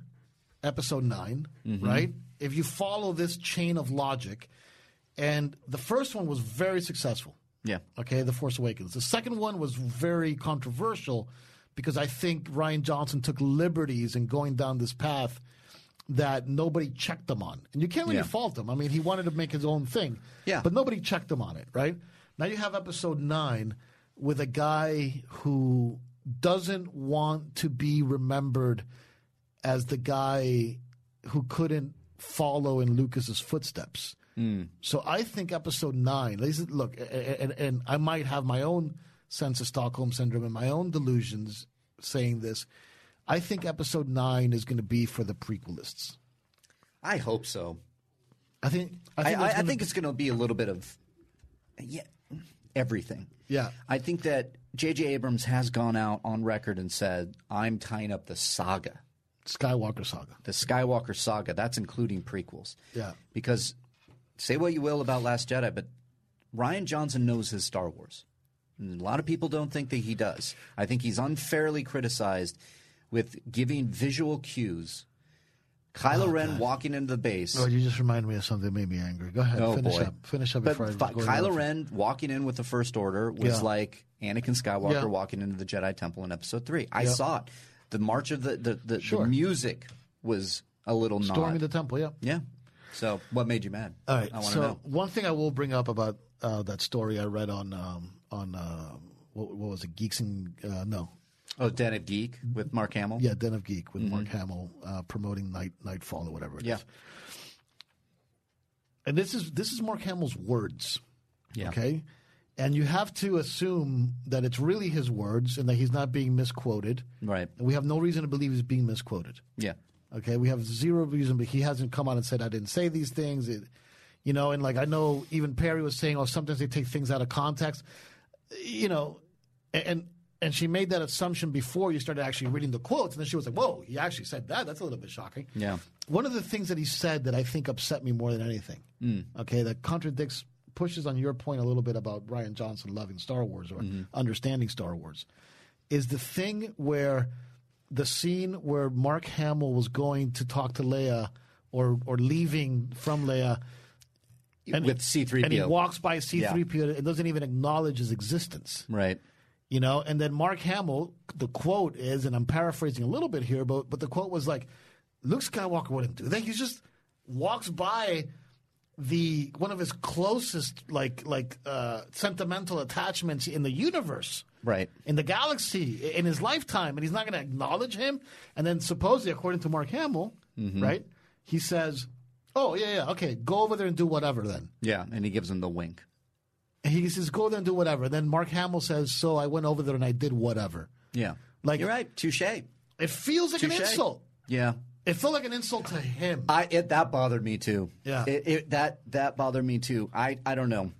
episode 9
Mm-hmm.
right? If you follow this chain of logic, and the first one was very successful,
Yeah.
Okay, The Force Awakens. The second one was very controversial because I think Ryan Johnson took liberties in going down this path that nobody checked him on. And you can't really
Yeah.
fault him. I mean, he wanted to make his own thing.
Yeah.
But nobody checked him on it, right? Now you have episode 9 with a guy who doesn't want to be remembered as the guy who couldn't follow in Lucas's footsteps.
Mm.
So I think episode nine. Listen, look, a- a- and, and I might have my own sense of Stockholm syndrome and my own delusions saying this. I think episode nine is going to be for the prequelists.
I hope so.
I think. I
I,
think,
I,
it's
I
gonna
think
be-
it's going to be a little bit of yeah, everything.
Yeah.
I think that J.J. Abrams has gone out on record and said, I'm tying up the saga,
Skywalker saga.
the Skywalker saga. That's including prequels.
Yeah.
Because say what you will about Last Jedi, but Ryan Johnson knows his Star Wars. And a lot of people don't think that he does. I think he's unfairly criticized with giving visual cues. Kylo Ren walking into the base.
Oh, you just remind me of something that made me angry. Go ahead,
Oh
finish
boy!
up. Finish up
But
before I
fi-
go
Kylo
off.
Ren walking in with the First Order was
Yeah.
like Anakin Skywalker
Yeah.
walking into the Jedi Temple in Episode Three. I saw it. The march of the the, the,
Sure.
the music was a little
Storming
nod.
the temple. Yeah.
yeah. So what made you mad?
All right.
I want to
so
know.
one thing I will bring up about uh, that story I read on um, on uh, what, what was it? Geeks and uh, no,
Oh, Den of Geek with Mark Hamill.
Yeah, Den of Geek with Mark Hamill uh, promoting Night Nightfall or whatever it is.
Mm-hmm. Yeah.
And this is this is Mark Hamill's words.
Yeah.
Okay. And you have to assume that it's really his words and that he's not being misquoted.
Right.
And we have no reason to believe he's being misquoted.
Yeah.
Okay, we have zero reason, but he hasn't come out and said I didn't say these things. It, you know, and like I know even Perry was saying, oh, sometimes they take things out of context. You know, a- and and she made that assumption before you started actually reading the quotes, and then she was like, whoa, he actually said that. That's a little bit shocking.
Yeah.
One of the things that he said that I think upset me more than anything.
Mm.
Okay, that contradicts pushes on your point a little bit about Ryan Johnson loving Star Wars or
Mm-hmm.
understanding Star Wars is the thing where the scene where Mark Hamill was going to talk to Leia or or leaving from Leia
with C-3PO.
and he walks by C3PO and doesn't even acknowledge his existence
Right.
you know and then mark hamill the quote is and i'm paraphrasing a little bit here but but the quote was like luke skywalker wouldn't do that he just walks by the one of his closest like like uh sentimental attachments in the universe
Right.
in the galaxy i- in his lifetime and he's not going to acknowledge him and then supposedly according to mark hamill right he says oh yeah yeah okay go over there and do whatever then
Yeah. And he gives him the wink.
and he says go there and do whatever then mark hamill says so i went over there and i did whatever
Yeah.
Like-
you're right. Touche.
it feels like
Touche. Uh,
an insult.
Yeah.
It felt like an insult to him.
I it that bothered me too.
Yeah.
It, it, that that bothered me too. I I don't know.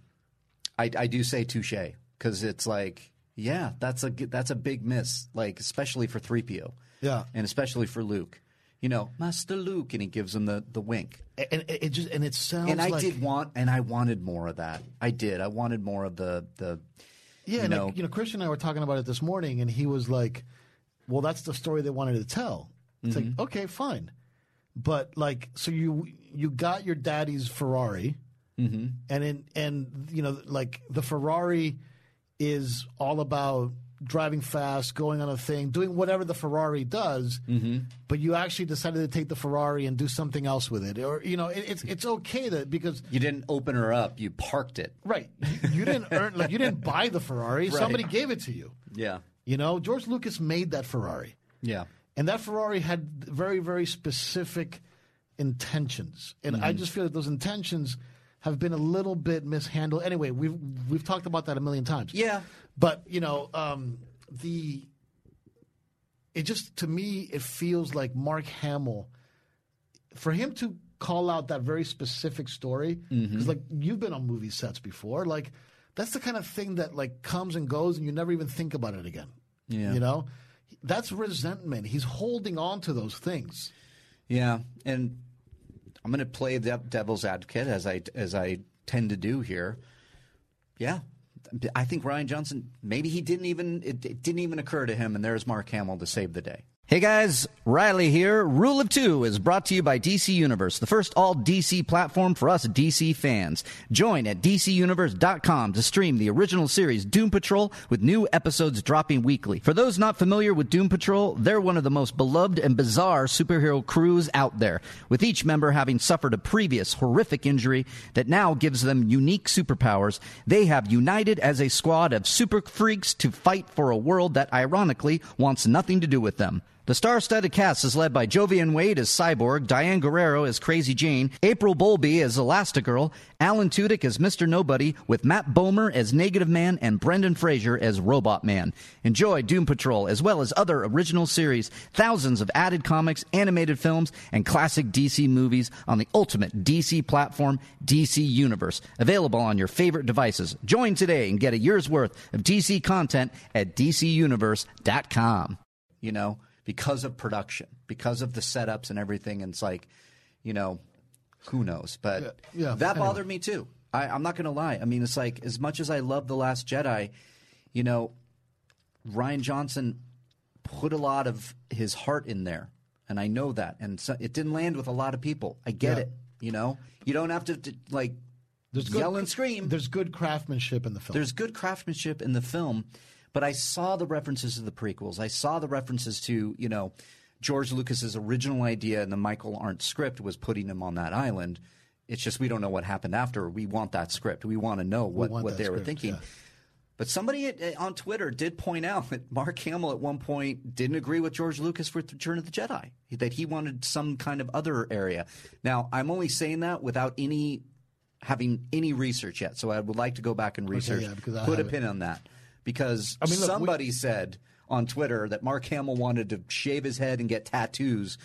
I I do say touche because it's like yeah that's a g- that's a big miss like especially for three PO.
Yeah.
And especially for Luke. You know, Master Luke, and he gives him the the wink.
and it, it just and it sounds
And I
like
did want, and I wanted more of that. I did. I wanted more of the the.
yeah,
you
and like,
know.
you know, Christian and I were talking about it this morning, and he was like, "Well, that's the story they wanted to tell." It's
Mm-hmm.
like, okay, fine, but like, so you you got your daddy's Ferrari,
Mm-hmm.
and in and you know, like the Ferrari is all about driving fast, going on a thing, doing whatever the Ferrari does.
Mm-hmm.
But you actually decided to take the Ferrari and do something else with it, or you know, it, it's it's okay that because
You didn't open her up. You parked it.
Right. You- You didn't earn like you didn't buy the
*laughs*
Ferrari. Somebody gave it to you.
Yeah.
You know, George Lucas made that Ferrari.
Yeah.
And that Ferrari had very, very specific intentions. And I just feel that those intentions have been a little bit mishandled. Anyway, we've we've talked about that a million times.
Yeah.
But, you know, um, the it just to me it feels like Mark Hamill for him to call out that very specific story because
Mm-hmm.
like you've been on movie sets before like that's the kind of thing that like comes and goes and you never even think about it again
Yeah.
you know that's resentment he's holding on to those things
Yeah, and I'm going to play the devil's advocate as I as I tend to do here. Yeah, I think Ryan Johnson maybe he didn't even it, it didn't even occur to him, and there's Mark Hamill to save the day.
Hey guys, Riley here. Rule of Two is brought to you by DC Universe, the first all DC platform for us DC fans. Join at DCUniverse.com to stream the original series Doom Patrol with new episodes dropping weekly. For those not familiar with Doom Patrol, they're one of the most beloved and bizarre superhero crews out there, with each member having suffered a previous horrific injury that now gives them unique superpowers. They have united as a squad of super freaks to fight for a world that ironically wants nothing to do with them. The star studded cast is led by Jovian Wade as Cyborg, Diane Guerrero as Crazy Jane, April Bowlby as Elastigirl, Alan Tudyk as Mr. Nobody, with Matt Bomer as Negative Man and Brendan Fraser as Robot Man. Enjoy Doom Patrol as well as other original series, thousands of added comics, animated films, and classic DC movies on the ultimate DC platform, DC Universe. Available on your favorite devices. Join today and get a year's worth of DC content at DCUniverse.com.
you know, because of production, because of the setups and everything. And it's like, you know, who knows? But
Yeah, yeah,
that
anyway.
bothered me too. I, I'm not going to lie. I mean, it's like, as much as I love The Last Jedi, you know, Ryan Johnson put a lot of his heart in there. And I know that. And so, it didn't land with a lot of people. I get
Yeah.
it. You know, you don't have to, d like,
There's
yell and scream.
There's good craftsmanship in the film.
There's good craftsmanship in the film, but I saw the references to the prequels. I saw the references to, you know, George Lucas's original idea in the Michael Arndt script was putting him on that island. It's just we don't know what happened after. We want that script. We want to know what,
want
what
that
they were
script,
thinking.
yeah.
But somebody at, at- on Twitter did point out that Mark Hamill at one point didn't agree with George Lucas for Return of the Jedi, that he wanted some kind of other area. Now, I'm only saying that without any having any research yet, so I would like to go back and research.
yeah, because I
put a
haven't.
pin on that because
mean, look, we-
somebody said on Twitter that Mark Hamill wanted to shave his head and get tattoos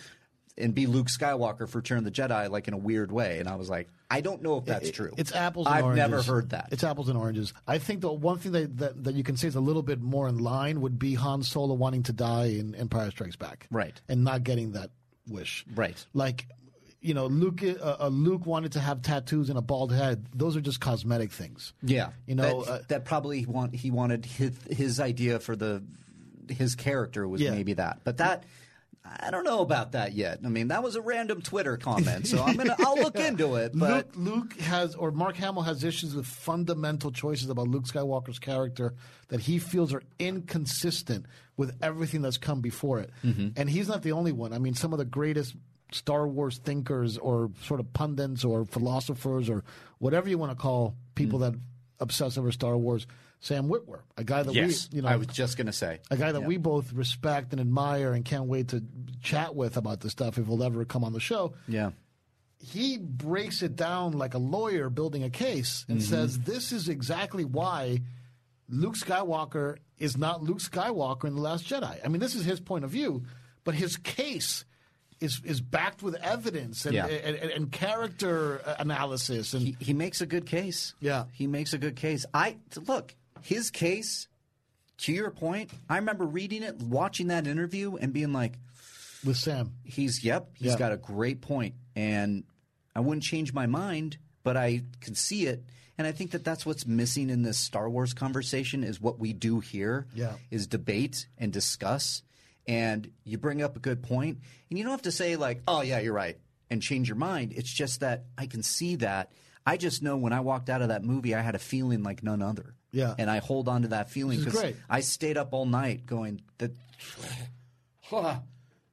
and be Luke Skywalker for Return of the Jedi, like in a weird way. And I was like, I don't know if that's true.
It's apples and
I've
oranges.
never heard that.
It's apples and oranges. I think the one thing that, that, that you can say is a little bit more in line would be Han Solo wanting to die in Empire Strikes Back.
Right.
And not getting that wish.
Right.
Like, you know, Luke uh, uh, Luke wanted to have tattoos and a bald head. Those are just cosmetic things.
Yeah,
You know,
that,
uh,
that probably he want he wanted his, his idea for the his character was
Yeah.
maybe that, but that I don't know about that yet. I mean, that was a random Twitter comment, so I'm gonna I'll
*laughs*
look into it. But
Luke, Luke has, or Mark Hamill has issues with fundamental choices about Luke Skywalker's character that he feels are inconsistent with everything that's come before it.
Mm-hmm.
And he's not the only one. I mean, some of the greatest Star Wars thinkers, or sort of pundits, or philosophers, or whatever you want to call people
Mm.
that obsess over Star Wars. Sam Witwer, a guy that
yes,
we, you know,
I was just gonna say
a guy that we both respect and admire, and can't wait to chat with about this stuff if he'll ever come on the show
yeah.
he breaks it down like a lawyer building a case and
Mm-hmm.
says this is exactly why Luke Skywalker is not Luke Skywalker in the Last Jedi. I mean, this is his point of view, but his case is is backed with evidence and
Yeah.
and, and, and character uh, analysis and
He, he makes a good case.
Yeah.
he makes a good case. I look his case. To your point, I remember reading it, watching that interview, and being like,
with Sam.
he's yep he's
Yeah.
got a great point and i wouldn't change my mind but i can see it and i think that that's what's missing in this star wars conversation is what we do here is
Yeah.
debate and discuss and you bring up a good point and you don't have to say like oh yeah you're right and change your mind it's just that i can see that i just know when i walked out of that movie i had a feeling like none other
Yeah.
and i hold on to that feeling
This is
because
great.
i stayed up all night going that Huh.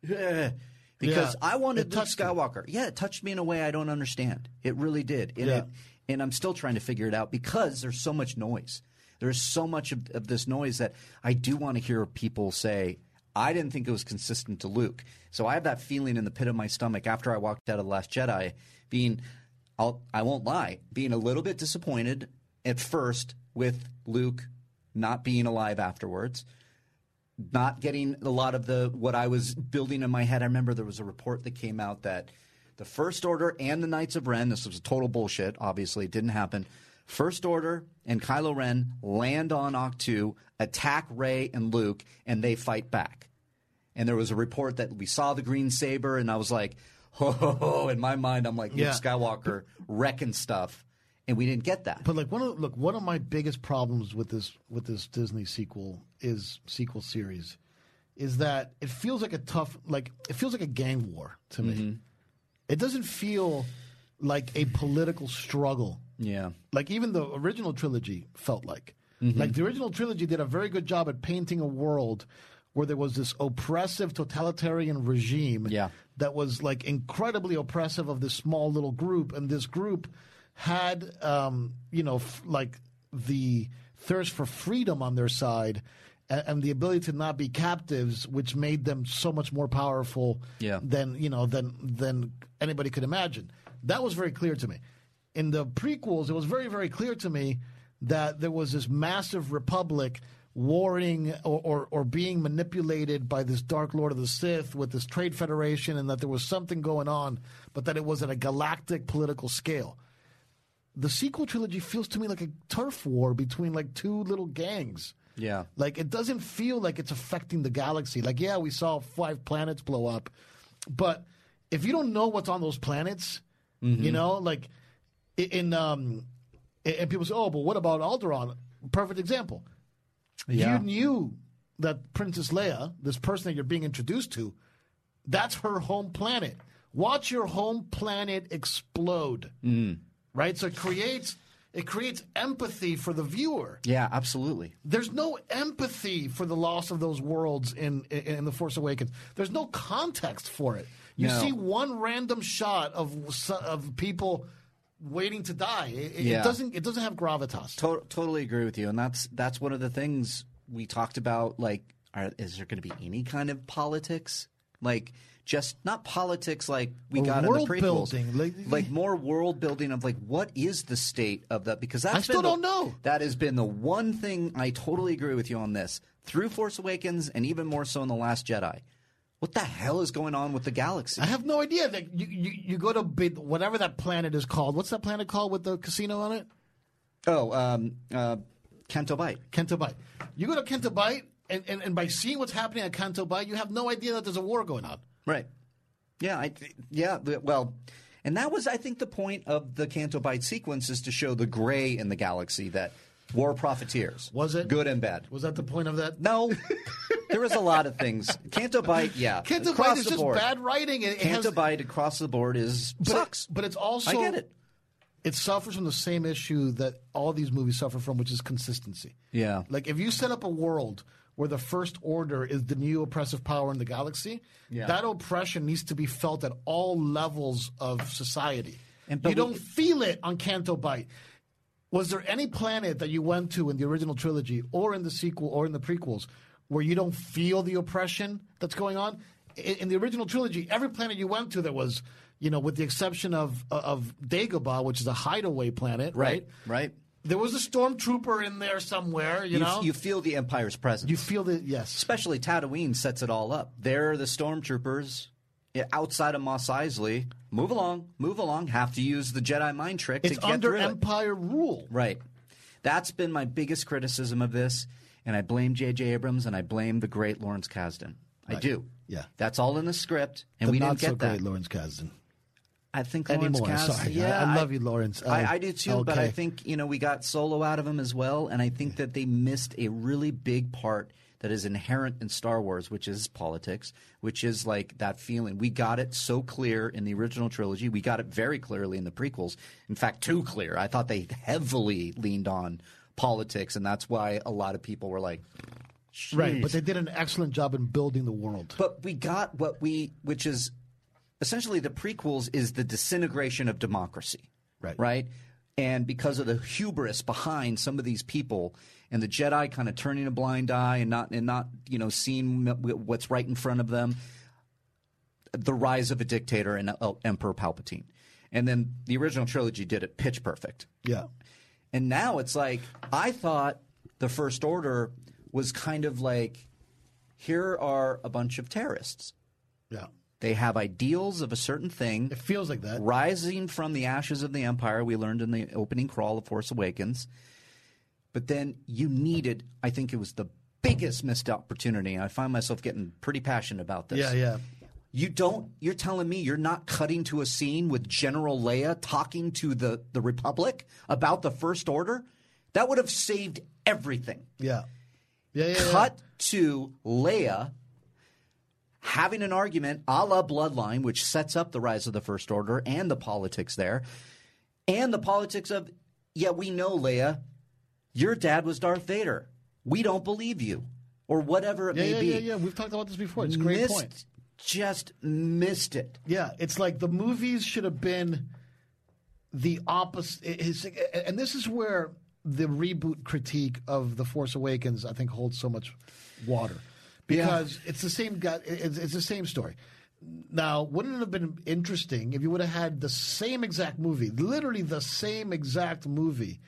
Yeah. Because
Yeah.
I
It
wanted Luke
touched you.
Skywalker. Yeah, it touched me in a way I don't understand. It really did. And,
Yeah.
it, and I'm still trying to figure it out because there's so much noise. There's so much of, of this noise that I do want to hear people say, I didn't think it was consistent to Luke. So I have that feeling in the pit of my stomach after I walked out of The Last Jedi being, I'll, I won't lie, being a little bit disappointed at first with Luke not being alive afterwards not getting a lot of the what I was building in my head. I remember there was a report that came out that the First Order and the Knights of Ren, this was total bullshit, obviously, it didn't happen. First Order and Kylo Ren land on Octu, attack Rey and Luke, and they fight back. And there was a report that we saw the green saber, and I was like, ho, ho, ho. In my mind, I'm like, Luke
Yeah.
Skywalker wrecking stuff, and we didn't get that.
But like one of look, one of my biggest problems with this with this Disney sequel is sequel series is that it feels like a tough, like it feels like a gang war to me. It doesn't feel like a political struggle.
Yeah.
Like even the original trilogy felt like.
Mm-hmm.
Like the original trilogy did a very good job at painting a world where there was this oppressive totalitarian regime
Yeah.
that was like incredibly oppressive of this small little group, and this group had um, you know f- like the thirst for freedom on their side. a- And the ability to not be captives, which made them so much more powerful
Yeah.
than you know than than anybody could imagine. That was very clear to me. In the prequels, it was very very clear to me that there was this massive republic warring or, or, or being manipulated by this dark lord of the sith with this trade federation and that there was something going on but that it was at a galactic political scale the sequel trilogy feels to me like a turf war between like two little gangs
Yeah.
like it doesn't feel like it's affecting the galaxy. Like yeah, we saw five planets blow up, but if you don't know what's on those planets, you know, like i- in um, i- and people say, oh, but what about Alderaan? Perfect example.
Yeah.
You knew that Princess Leia, this person that you're being introduced to, that's her home planet. Watch your home planet explode.
Mm.
Right? So it creates it creates empathy for the viewer
Yeah, absolutely.
there's no empathy for the loss of those worlds in in, in the Force Awakens. There's no context for it. You
No.
see one random shot of s- of people waiting to die. It, it
Yeah.
doesn't it doesn't have gravitas.
To- totally agree with you, and that's that's one of the things we talked about. Like, are, is there going to be any kind of politics? Like, just not politics like we
Or
got
world
in the prequels,
building, like-
more world building of like what is the state of that? Because that's
I still
been the-
don't know.
That has been the one thing I totally agree with you on this. Through Force Awakens, and even more so in the Last Jedi, what the hell is going on with the galaxy?
I have no idea. Like you, you, you go to bid, whatever that planet is called. What's that planet called with the casino on it?
Oh, um, uh, Canto Bight.
Kento Bight. You go to Kento Bight, and, and, and by seeing what's happening at Kento Bight, you have no idea that there's a war going on.
Right. Yeah. I, yeah. th- Well, and that was, I think, the point of the Canto Bight sequence is to show the gray in the galaxy that war profiteers.
Was it?
good and bad?
Was that the point of that?
No. there was a lot of things. Canto Bight,
*laughs*
yeah.
Kento
across
Bight is
the
just
board.
bad writing. It, it has,
Canto Bight across the board is
but it-
sucks.
but it's also
I get it.
it suffers from the same issue that all these movies suffer from, which is consistency.
Yeah.
Like if you set up a world where the first order is the new oppressive power in the galaxy, that oppression needs to be felt at all levels of society.
And- but
you
we-
don't feel it on Canto Bight. Was there any planet that you went to in the original trilogy or in the sequel or in the prequels where you don't feel the oppression that's going on? In, in the original trilogy, every planet you went to that was, you know, with the exception of of Dagobah, which is a hideaway planet, right?
Right.
There was a stormtrooper in there somewhere, you,
You,
know?
you feel the Empire's presence.
you feel the, yes.
especially Tatooine sets it all up. There are the stormtroopers yeah, outside of Mos Eisley. Move along, move along. Have to use the Jedi mind trick to
It's
get
under
through it.
Empire rule.
Right. That's been my biggest criticism of this, and I blame J.J. Abrams and I blame the great Lawrence Kasdan. I do.
Yeah.
That's all in the script, and
The
we
not
didn't get
so
that.
great Lawrence Kasdan.
I think Lawrence
Anymore,
Kasdan.
sorry. I-
Yeah,
I love you, Lawrence.
I,
Oh,
I do too, but I
okay.
think you know we got Solo out of him as well, and I think that they missed a really big part that is inherent in Star Wars, which is politics, which is like that feeling. We got it so clear in the original trilogy. We got it very clearly in the prequels. In fact, too clear. I thought they heavily leaned on politics, and that's why a lot of people were like,
Right, but they did an excellent job in building the world.
but we got what we which is essentially the prequels is the disintegration of democracy
Right.
right and because of the hubris behind some of these people and the jedi kind of turning a blind eye and not and not you know seeing wh- what's right in front of them the rise of a dictator and uh, emperor palpatine and then the original trilogy did it pitch perfect
yeah.
and now it's like I thought the First Order was kind of like here are a bunch of terrorists.
Yeah.
They have ideals of a certain thing.
It feels like that.
Rising from the ashes of the empire, we learned in the opening crawl of Force Awakens. But then you needed, I think it was the biggest missed opportunity. I find myself getting pretty passionate about this.
Yeah, yeah.
You don't, you're telling me you're not cutting to a scene with General Leia talking to the, the Republic about the First Order? That would have saved everything.
Yeah. Yeah, yeah, yeah.
Cut to Leia having an argument a la Bloodline, which sets up the rise of the First Order and the politics there, and the politics of, yeah, we know, Leia, your dad was Darth Vader. We don't believe you, or whatever it
Yeah,
may
yeah,
be.
yeah, yeah. We've talked about this before. It's a great
missed,
point.
Just missed it.
Yeah, it's like the movies should have been the opposite. His, and this is where the reboot critique of The Force Awakens, I think, holds so much water because it's the same guy. It's, it's the same story. Now, wouldn't it have been interesting if you would have had the same exact movie, literally the same exact movie,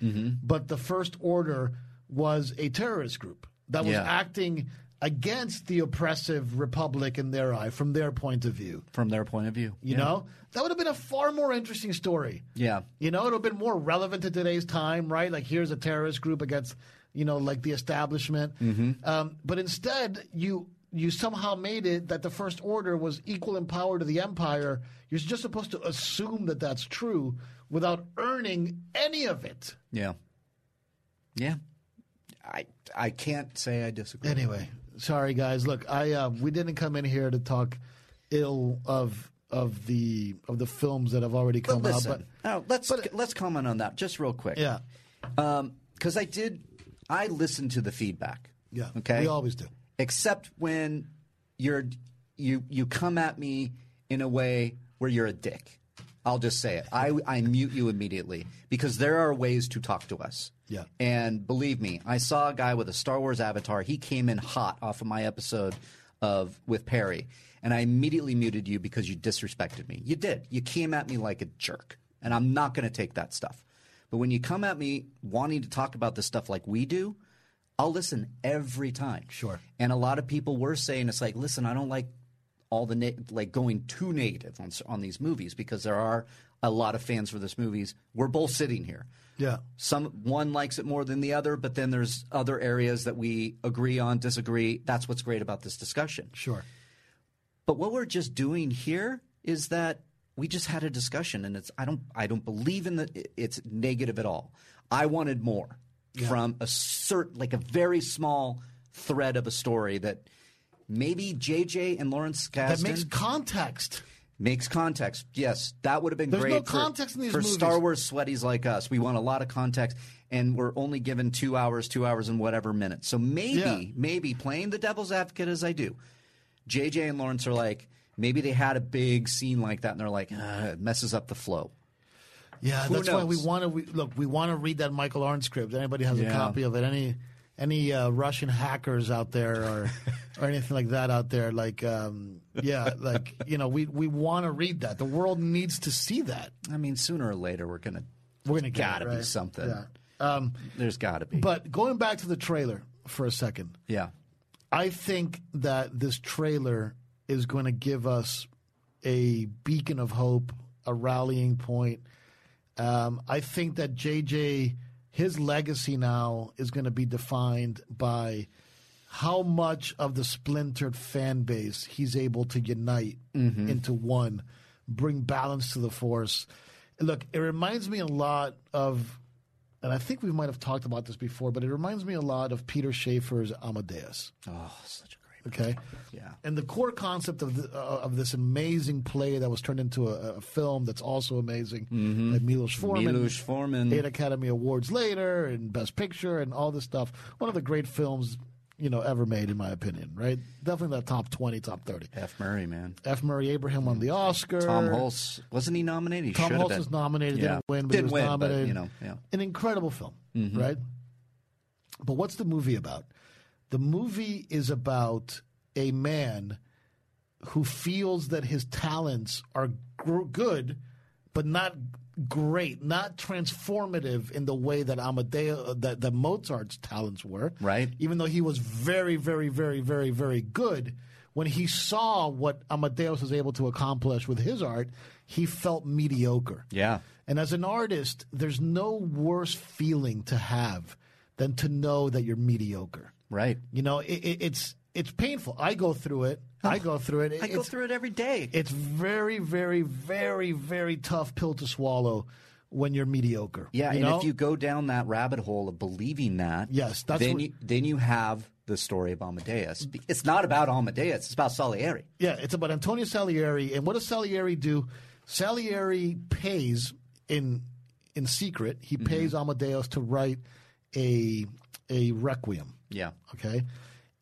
but the First Order was a terrorist group that was
Yeah.
acting against the oppressive republic in their eye from their point of view?
from their point of view.
You know, that would have been a far more interesting story.
Yeah.
You know, it would have been more relevant to today's time, right? Like, here's a terrorist group against, you know, like the establishment.
Mm-hmm.
Um, but instead, you you somehow made it that the First Order was equal in power to the Empire. You're just supposed to assume that that's true without earning any of it.
Yeah. Yeah. I I can't say I disagree.
Anyway, sorry guys. Look, I uh, we didn't come in here to talk ill of of the of the films that have already
but
come
listen,
out, but
now, let's let's comment on that just real quick.
yeah.
Because I did, I listened to the feedback.
Yeah.
Okay.
We always do.
Except when you're you you come at me in a way where you're a dick. I'll just say it. I I mute you immediately because there are ways to talk to us.
Yeah.
And believe me, I saw a guy with a Star Wars avatar. He came in hot off of my episode of with Perry, and I immediately muted you because you disrespected me. You did. You came at me like a jerk, and I'm not going to take that stuff. But when you come at me wanting to talk about this stuff like we do, I'll listen every time.
Sure.
And a lot of people were saying it's like, listen, I don't like all the ne- like going too negative on s- on these movies because there are a lot of fans for this movies. We're both sitting here.
Yeah.
Some one likes it more than the other, but then there's other areas that we agree on, disagree. That's what's great about this discussion.
Sure.
But what we're just doing here is that we just had a discussion, and it's I don't I don't believe in the it's negative at all. I wanted more from a cert like a very small thread of a story that maybe JJ and Lawrence
That
Kasdan
makes context.
makes context. Yes, that would have been
There's
great.
no
for-
context in these
for
movies.
Star Wars sweaties like us. We want a lot of context, and we're only given two hours, two hours and whatever minutes. So maybe,
Yeah.
maybe playing the devil's advocate as I do, JJ and Lawrence are like maybe they had a big scene like that, and they're like "Ah, it messes up the flow.
Yeah, that's why we
knows?
want to we, look. We want to read that Michael Arndt script. Anybody has a
Yeah.
copy of it? Any any uh, Russian hackers out
*laughs*
there or or anything like that out there? Like, um, yeah, like you know, we we want to read that. The world needs to see that.
I mean, sooner or later we're gonna
We're gonna get it,
gotta be
right?
something.
Yeah. Um,
There's gotta be.
but going back to the trailer for a second,
yeah,
I think that this trailer is going to give us a beacon of hope, a rallying point. Um, I think that JJ, his legacy now is going to be defined by how much of the splintered fan base he's able to unite into one, bring balance to the force. Look, it reminds me a lot of, and I think we might have talked about this before, but it reminds me a lot of Peter Schaefer's Amadeus.
oh, such a great.
Okay.
Yeah.
And the core concept of the, uh, of this amazing play that was turned into a, a film that's also amazing, like Milos Forman,
Mm-hmm. Milos Forman.
eight Academy Awards later, and Best Picture, and all this stuff. One of the great films, you know, ever made, in my opinion. Right? Definitely that top twenty, top thirty.
F. Murray, man.
F. Murray Abraham won the Oscar.
Tom Hulse wasn't he nominated? He
Tom
should have
Hulse
been.
was nominated,
Yeah.
didn't win, but
Didn't
he was
win, but,
nominated.
you know, yeah. Mm-hmm.
An incredible film, right? But what's the movie about? The movie is about a man who feels that his talents are gr- good, but not great, not transformative in the way that Amadeus, that, that Mozart's talents were.
Right.
Even though he was very, very, very, very, very good, when he saw what Amadeus was able to accomplish with his art, he felt mediocre.
Yeah.
And as an artist, there's no worse feeling to have than to know that you're mediocre.
Right.
You know, it, it, it's it's painful. I go
*sighs*
through it. I go through it.
I go
It's-
through it every day.
it's very, very, very, very tough pill to swallow when you're mediocre.
Yeah,
you
and
know?
if you go down that rabbit hole of believing that,
Yes, that's
then
what-
you, then you have the story of Amadeus. It's not about Amadeus. It's about Salieri.
Yeah, it's about Antonio Salieri. And what does Salieri do? Salieri pays in in secret. He pays Amadeus to write a a requiem.
Yeah.
Okay.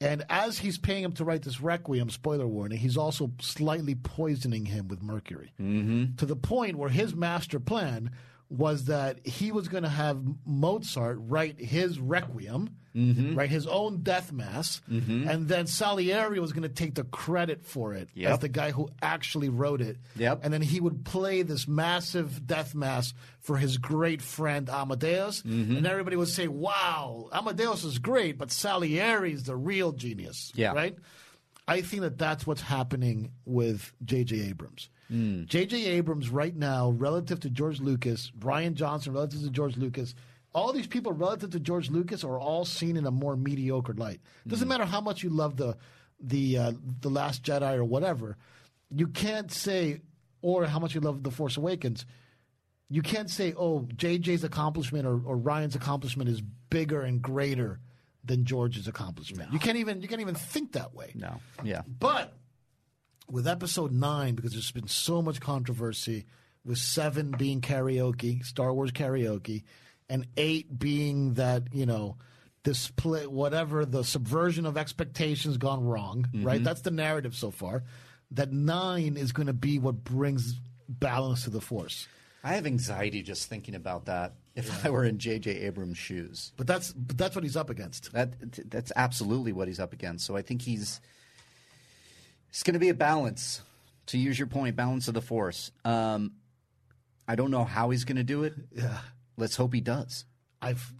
And as he's paying him to write this requiem, spoiler warning, he's also slightly poisoning him with mercury mm-hmm. to the point where his master plan was that he was going to have Mozart write his requiem, write his own death mass, and then Salieri was going to take the credit for it as
Yep.
the guy who actually wrote it.
Yep.
And then he would play this massive death mass for his great friend Amadeus. And everybody would say, wow, Amadeus is great, but Salieri is the real genius.
Yeah.
Right? I think that that's what's happening with J.J. Abrams. J.J. Abrams, right now, relative to George Lucas, Brian Johnson, relative to George Lucas, all these people relative to George Lucas are all seen in a more mediocre light. Doesn't matter how much you love the the uh, the Last Jedi or whatever, you can't say, or how much you love the Force Awakens. You can't say, "Oh, JJ's accomplishment or, or Ryan's accomplishment is bigger and greater than George's accomplishment." You can't even you can't even think that way.
No. Yeah.
But with episode nine, because there's been so much controversy, with seven being karaoke, Star Wars karaoke, and eight being that, you know, display whatever the subversion of expectations gone wrong, right? That's the narrative so far. That nine is going to be what brings balance to the force.
I have anxiety just thinking about that. If I were in J.J. Abrams' shoes,
But that's but that's what he's up against.
that that's absolutely what he's up against. So I think he's it's going to be a balance. To use your point, balance of the force. Um, I don't know how he's going to do it.
Yeah,
Let's hope he does.
I've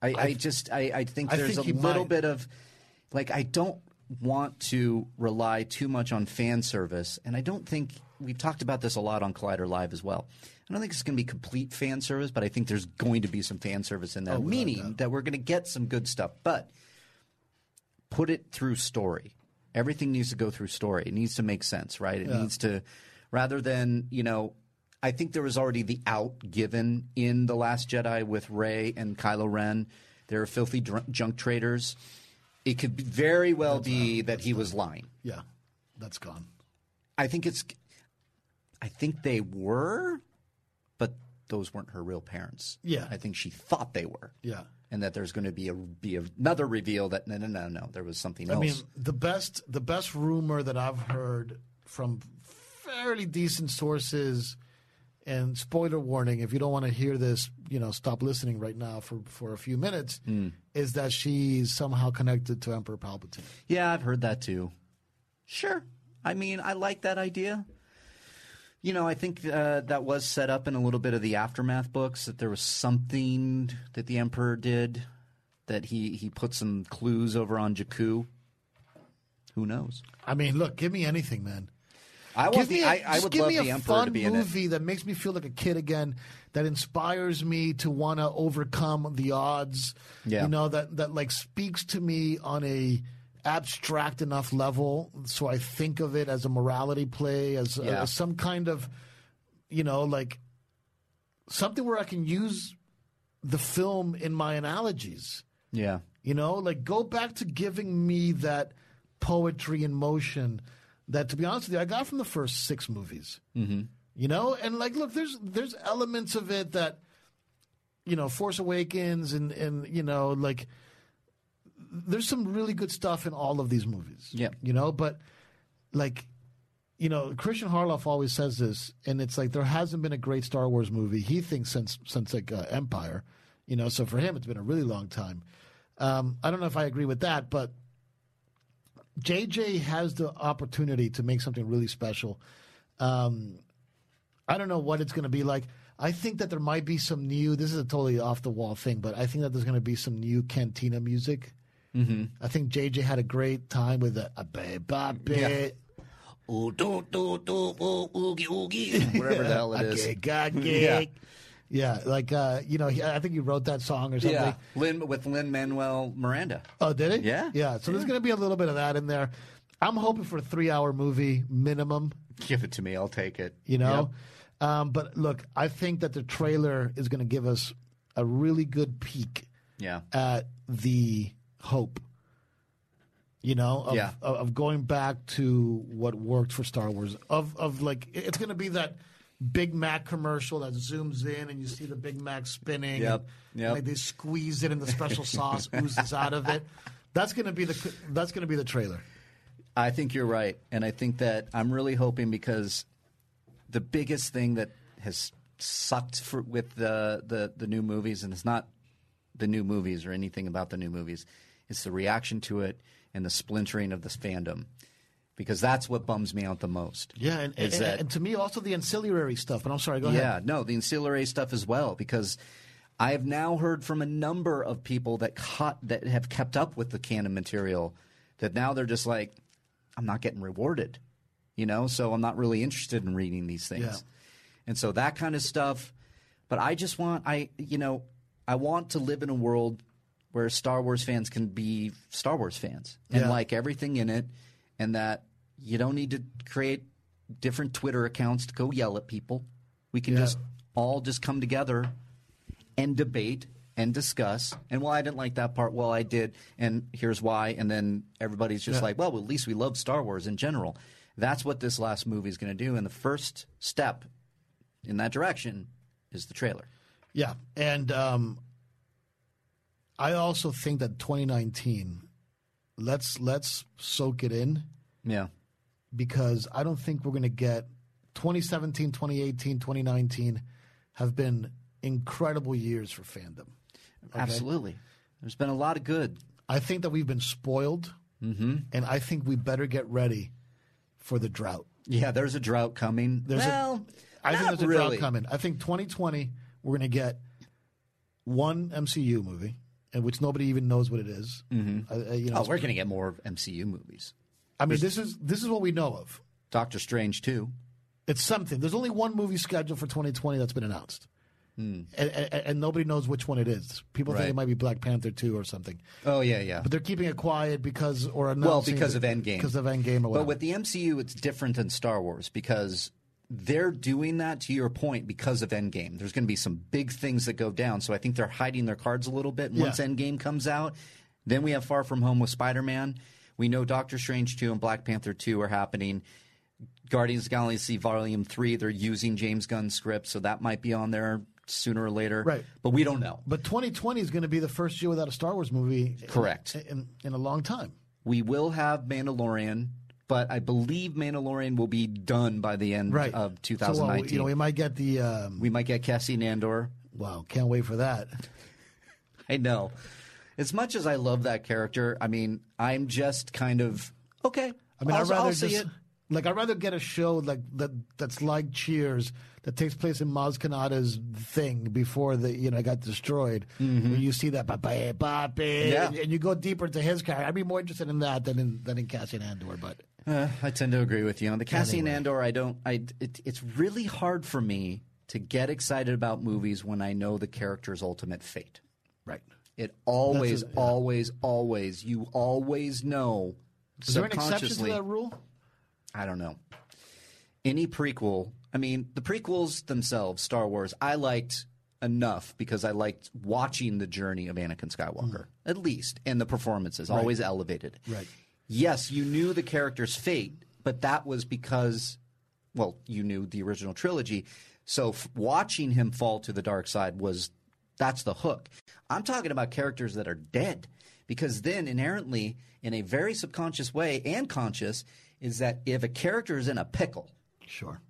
I, I just I, I think
I
there's
think he
a little
might.
bit of like I don't want to rely too much on fan service, and I don't think we've talked about this a lot on Collider Live as well. I don't think it's going to be complete fan service, but I think there's going to be some fan service
Oh,
in that, meaning that we're going to get some good stuff. But put it through story. Everything needs to go through story. It needs to make sense, right? It needs to, rather than you know, I think there was already the out given in the Last Jedi with Ray and Kylo Ren. They're filthy dr- junk traders. It could be- very well be that he was lying.
yeah, that's gone.
I think it's, I think they were, but those weren't her real parents.
Yeah.
I think she thought they were.
Yeah.
And that there's going to be a be another reveal that no no no no there was something else.
I mean, the best the best rumor that I've heard from fairly decent sources, and spoiler warning: if you don't want to hear this, you know, stop listening right now for for a few minutes. Is that she's somehow connected to Emperor Palpatine?
Yeah, I've heard that too. Sure. I mean, I like that idea. You know, I think uh, that was set up in a little bit of the aftermath books that there was something that the emperor did that he he put some clues over on Jakku. Who knows?
I mean, look, give me anything, man.
I
Give
want
me
the,
a,
I, I
just
would
give
love
me a
the emperor
fun
to be in it.
movie that makes me feel like a kid again, that inspires me to want to overcome the odds.
Yeah.
You know that that like speaks to me on a abstract enough level, so I think of it as a morality play, as, a-
Yeah.
as some kind of, you know, like something where I can use the film in my analogies.
Yeah.
You know, like go back to giving me that poetry in motion that, to be honest with you, I got from the first six movies. Mm-hmm. You know, and like, look, there's there's elements of it that, you know, Force Awakens and and you know, like, there's some really good stuff in all of these movies.
Yeah.
you know, but like, you know, Christian Harloff always says this, and it's like there hasn't been a great Star Wars movie he thinks since since like uh, Empire, you know. So for him, it's been a really long time. Um, I don't know if I agree with that, but JJ has the opportunity to make something really special. Um, I don't know what it's going to be like. I think that there might be some new. This is a totally off the wall thing, but I think that there's going to be some new Cantina music.
Mm-hmm.
I think JJ had a great time with a, a bebop bit.
Ooh, doo, doo, doo, ooh, oogie,
*laughs*
oogie. Whatever the hell it is.
Okay, God,
*laughs* Yeah.
gig. Yeah, like uh, you know, he, I think he wrote that song or something.
Yeah. Lin, with Lin Manuel Miranda.
Oh, did it?
Yeah.
yeah. So there's going to be a little bit of that in there. I'm hoping for a three-hour movie minimum.
Give it to me. I'll take it.
you know. Um, but look, I think that the trailer is going to give us a really good peek
Yeah.
at the hope you know, of,
Yeah.
of, of going back to what worked for Star Wars. Of of like, it- it's going to be that Big Mac commercial that zooms in and you see the Big Mac spinning.
Yep,
and,
yep.
like, they squeeze it and
*laughs*
the special sauce oozes out of it. That's going to be the that's going to be the trailer.
I think you're right, and I think that I'm really hoping because the biggest thing that has sucked for, with the, the the new movies, and it's not the new movies or anything about the new movies, it's the reaction to it and the splintering of this fandom, because that's what bums me out the most.
Yeah, and, and,
Is that-
and to me also the ancillary stuff. But I'm sorry, go
Yeah,
ahead.
no, the ancillary stuff as well because I have now heard from a number of people that caught that have kept up with the canon material that now they're just like, I'm not getting rewarded, you know, so I'm not really interested in reading these things,
Yeah.
and so that kind of stuff. But I just want I you know I want to live in a world where Star Wars fans can be Star Wars fans and
Yeah.
like everything in it, and that you don't need to create different Twitter accounts to go yell at people. We can just all just come together and debate and discuss. And well, I didn't like that part. Well, I did, and here's why. And then everybody's just like, well, at least we love Star Wars in general. That's what this last movie is going to do. And the first step in that direction is the trailer.
Yeah, and um, I also think that 2019, let's let's soak it in
Yeah.
because I don't think we're going to get 2017, 2018, 2019 have been incredible years for fandom.
Absolutely. There's been a lot of good.
I think that we've been spoiled,
Mm-hmm.
and I think we better get ready for the drought.
Yeah, there's a drought coming.
There's a-
well,
I think
not
there's a
really.
drought coming. I think 2020 we're going to get one MCU movie, and which nobody even knows what it is. Uh, uh, you know,
Oh,
it's-
we're going to get more MCU movies.
I mean, this is this is what we know of.
Doctor Strange too.
It's something. There's only one movie scheduled for 2020 that's been announced, and, and, and nobody knows which one it is. People think
Hmm. Right.
it might be Black Panther two or something,
Oh yeah, yeah.
but they're keeping it quiet because or announcing
Well, because of
it-
Endgame.
because of Endgame or whatever.
But with the MCU, it's different than Star Wars because they're doing that to your point because of Endgame. There's going to be some big things that go down. So I think they're hiding their cards a little bit. And
Yeah.
Once Endgame comes out, then we have Far From Home with Spider Man. We know Doctor Strange 2 and Black Panther 2 are happening. Guardians of the Galaxy Volume 3, they're using James Gunn's script, so that might be on there sooner or later.
Right.
But we don't know.
But 2020 is going to be the first year without a Star Wars movie. in-
Correct.
In, in, a long time.
We will have Mandalorian, but I believe Mandalorian will be done by the end
Right.
of
So, well,
2019.
you know, we
we,
might get the. Um,
might get Cassian Andor.
wow, can't wait for that.
I know. As much as I love that character, I mean, I'm just kind of okay.
I mean,
I'll,
would rather
I'll see
just
it.
like I'd rather get a show like that that's like Cheers that takes place in Maz Kanata's thing before the you know got destroyed. Where you see that ba-ba, ba-ba,
Yeah.
and, and you go deeper into his character. I'd be more interested in that than in than in Cassian Andor. But
Uh, I tend to agree with you on the Cassian Andor. I don't. I it, it's really hard for me to get excited about movies when I know the character's ultimate fate.
right,
It always,
yeah.
always, always. You always know.
is there an exception to
subconsciously-
that rule?
I don't know. Any prequel, I mean, the prequels themselves, Star Wars, I liked enough because I liked watching the journey of Anakin Skywalker, at least, and the performances, always elevated.
Right.
Yes, you knew the character's fate, but that was because, well, you knew the original trilogy. So f- watching him fall to the dark side was that's the hook. I'm talking about characters that are dead because then inherently, in a very subconscious way and conscious, is that if a character is in a pickle,
Sure.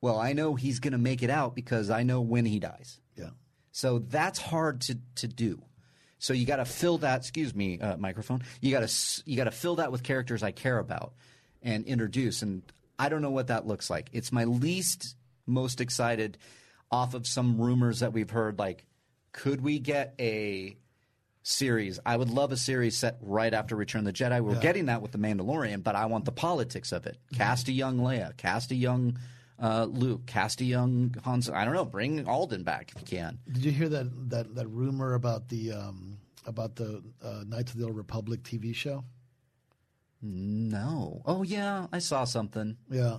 well, I know he's going to make it out because I know when he dies.
Yeah.
So that's hard to, to do. So you got to fill that. Excuse me, uh, microphone. You got to you got to fill that with characters I care about and introduce. And I don't know what that looks like. It's my least most excited off of some rumors that we've heard. Like, could we get a series? I would love a series set right after Return of the Jedi. We're getting that with the Mandalorian, but I want the politics of it. Cast a young Leia. Cast a young. Uh, Luke, cast a young Hans. I don't know. Bring Alden back if you can.
Did you hear that that, that rumor about the um, about the uh, Knights of the Old Republic TV show?
No. Oh yeah, I saw something.
Yeah,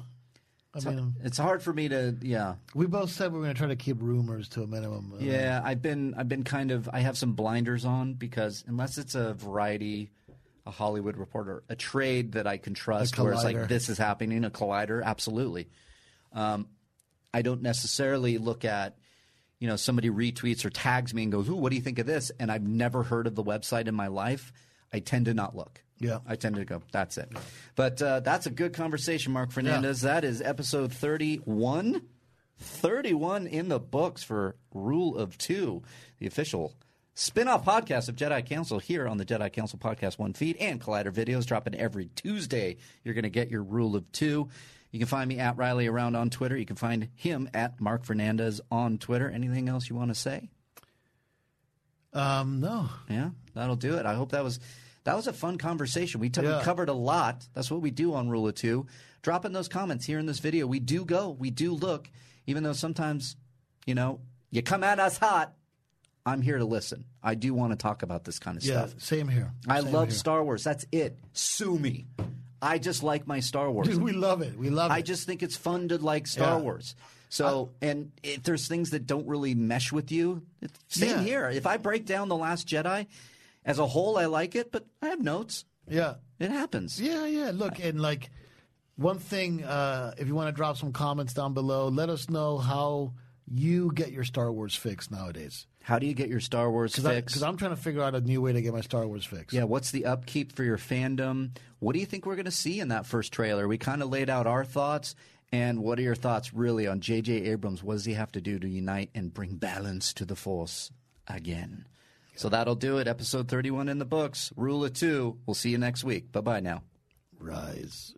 I mean,
It's hard for me to yeah.
we both said we were going to try to keep rumors to a minimum. Uh,
Yeah, I've been I've been kind of I have some blinders on because unless it's a variety a Hollywood Reporter, a trade that I can trust, where it's like
Collider.
this is happening, a Collider, absolutely. Um, I don't necessarily look at, you know, somebody retweets or tags me and goes, "Ooh, what do you think of this?" And I've never heard of the website in my life. I tend to not look.
Yeah.
I tend to go. That's it. But uh, that's a good conversation, Mark Fernandez. That is episode thirty-one. 31 in the books for Rule of Two, the official spin off podcast of Jedi Council here on the Jedi Council Podcast One feed and Collider videos dropping every Tuesday. You're going to get your Rule of Two. You can find me at Riley Around on Twitter. You can find him at Mark Fernandez on Twitter. Anything else you want to say?
Um, no.
Yeah, that'll do it. I hope that was that was a fun conversation. We, t-
Yeah.
we covered a lot. That's what we do on Rule of Two. Drop in those comments here in this video. We do go. We do look. Even though sometimes, you know, you come at us hot. I'm here to listen. I do want to talk about this kind of
Yeah,
stuff.
same here.
I
Same
love
here.
Star Wars. That's it. Sue me. I just like my Star Wars.
Dude, *laughs* we love it. We love it.
I just think it's fun to like Star
Yeah.
Wars. So, and if there's things that don't really mesh with you, it's- same
Yeah.
here. If I break down The Last Jedi as a whole, I like it, but I have notes.
yeah.
It happens.
Yeah, yeah. Look, and like one thing, uh, if you want to drop some comments down below, let us know how you get your Star Wars fix nowadays.
How do you get your Star Wars fix?
Because I'm trying to figure out a new way to get my Star Wars fix.
yeah, what's the upkeep for your fandom? What do you think we're going to see in that first trailer? We kind of laid out our thoughts. And what are your thoughts really on J.J. Abrams? What does he have to do to unite and bring balance to the Force again? So that'll do it. Episode 31 in the books. Rule of two. We'll see you next week. Bye bye now.
Rise.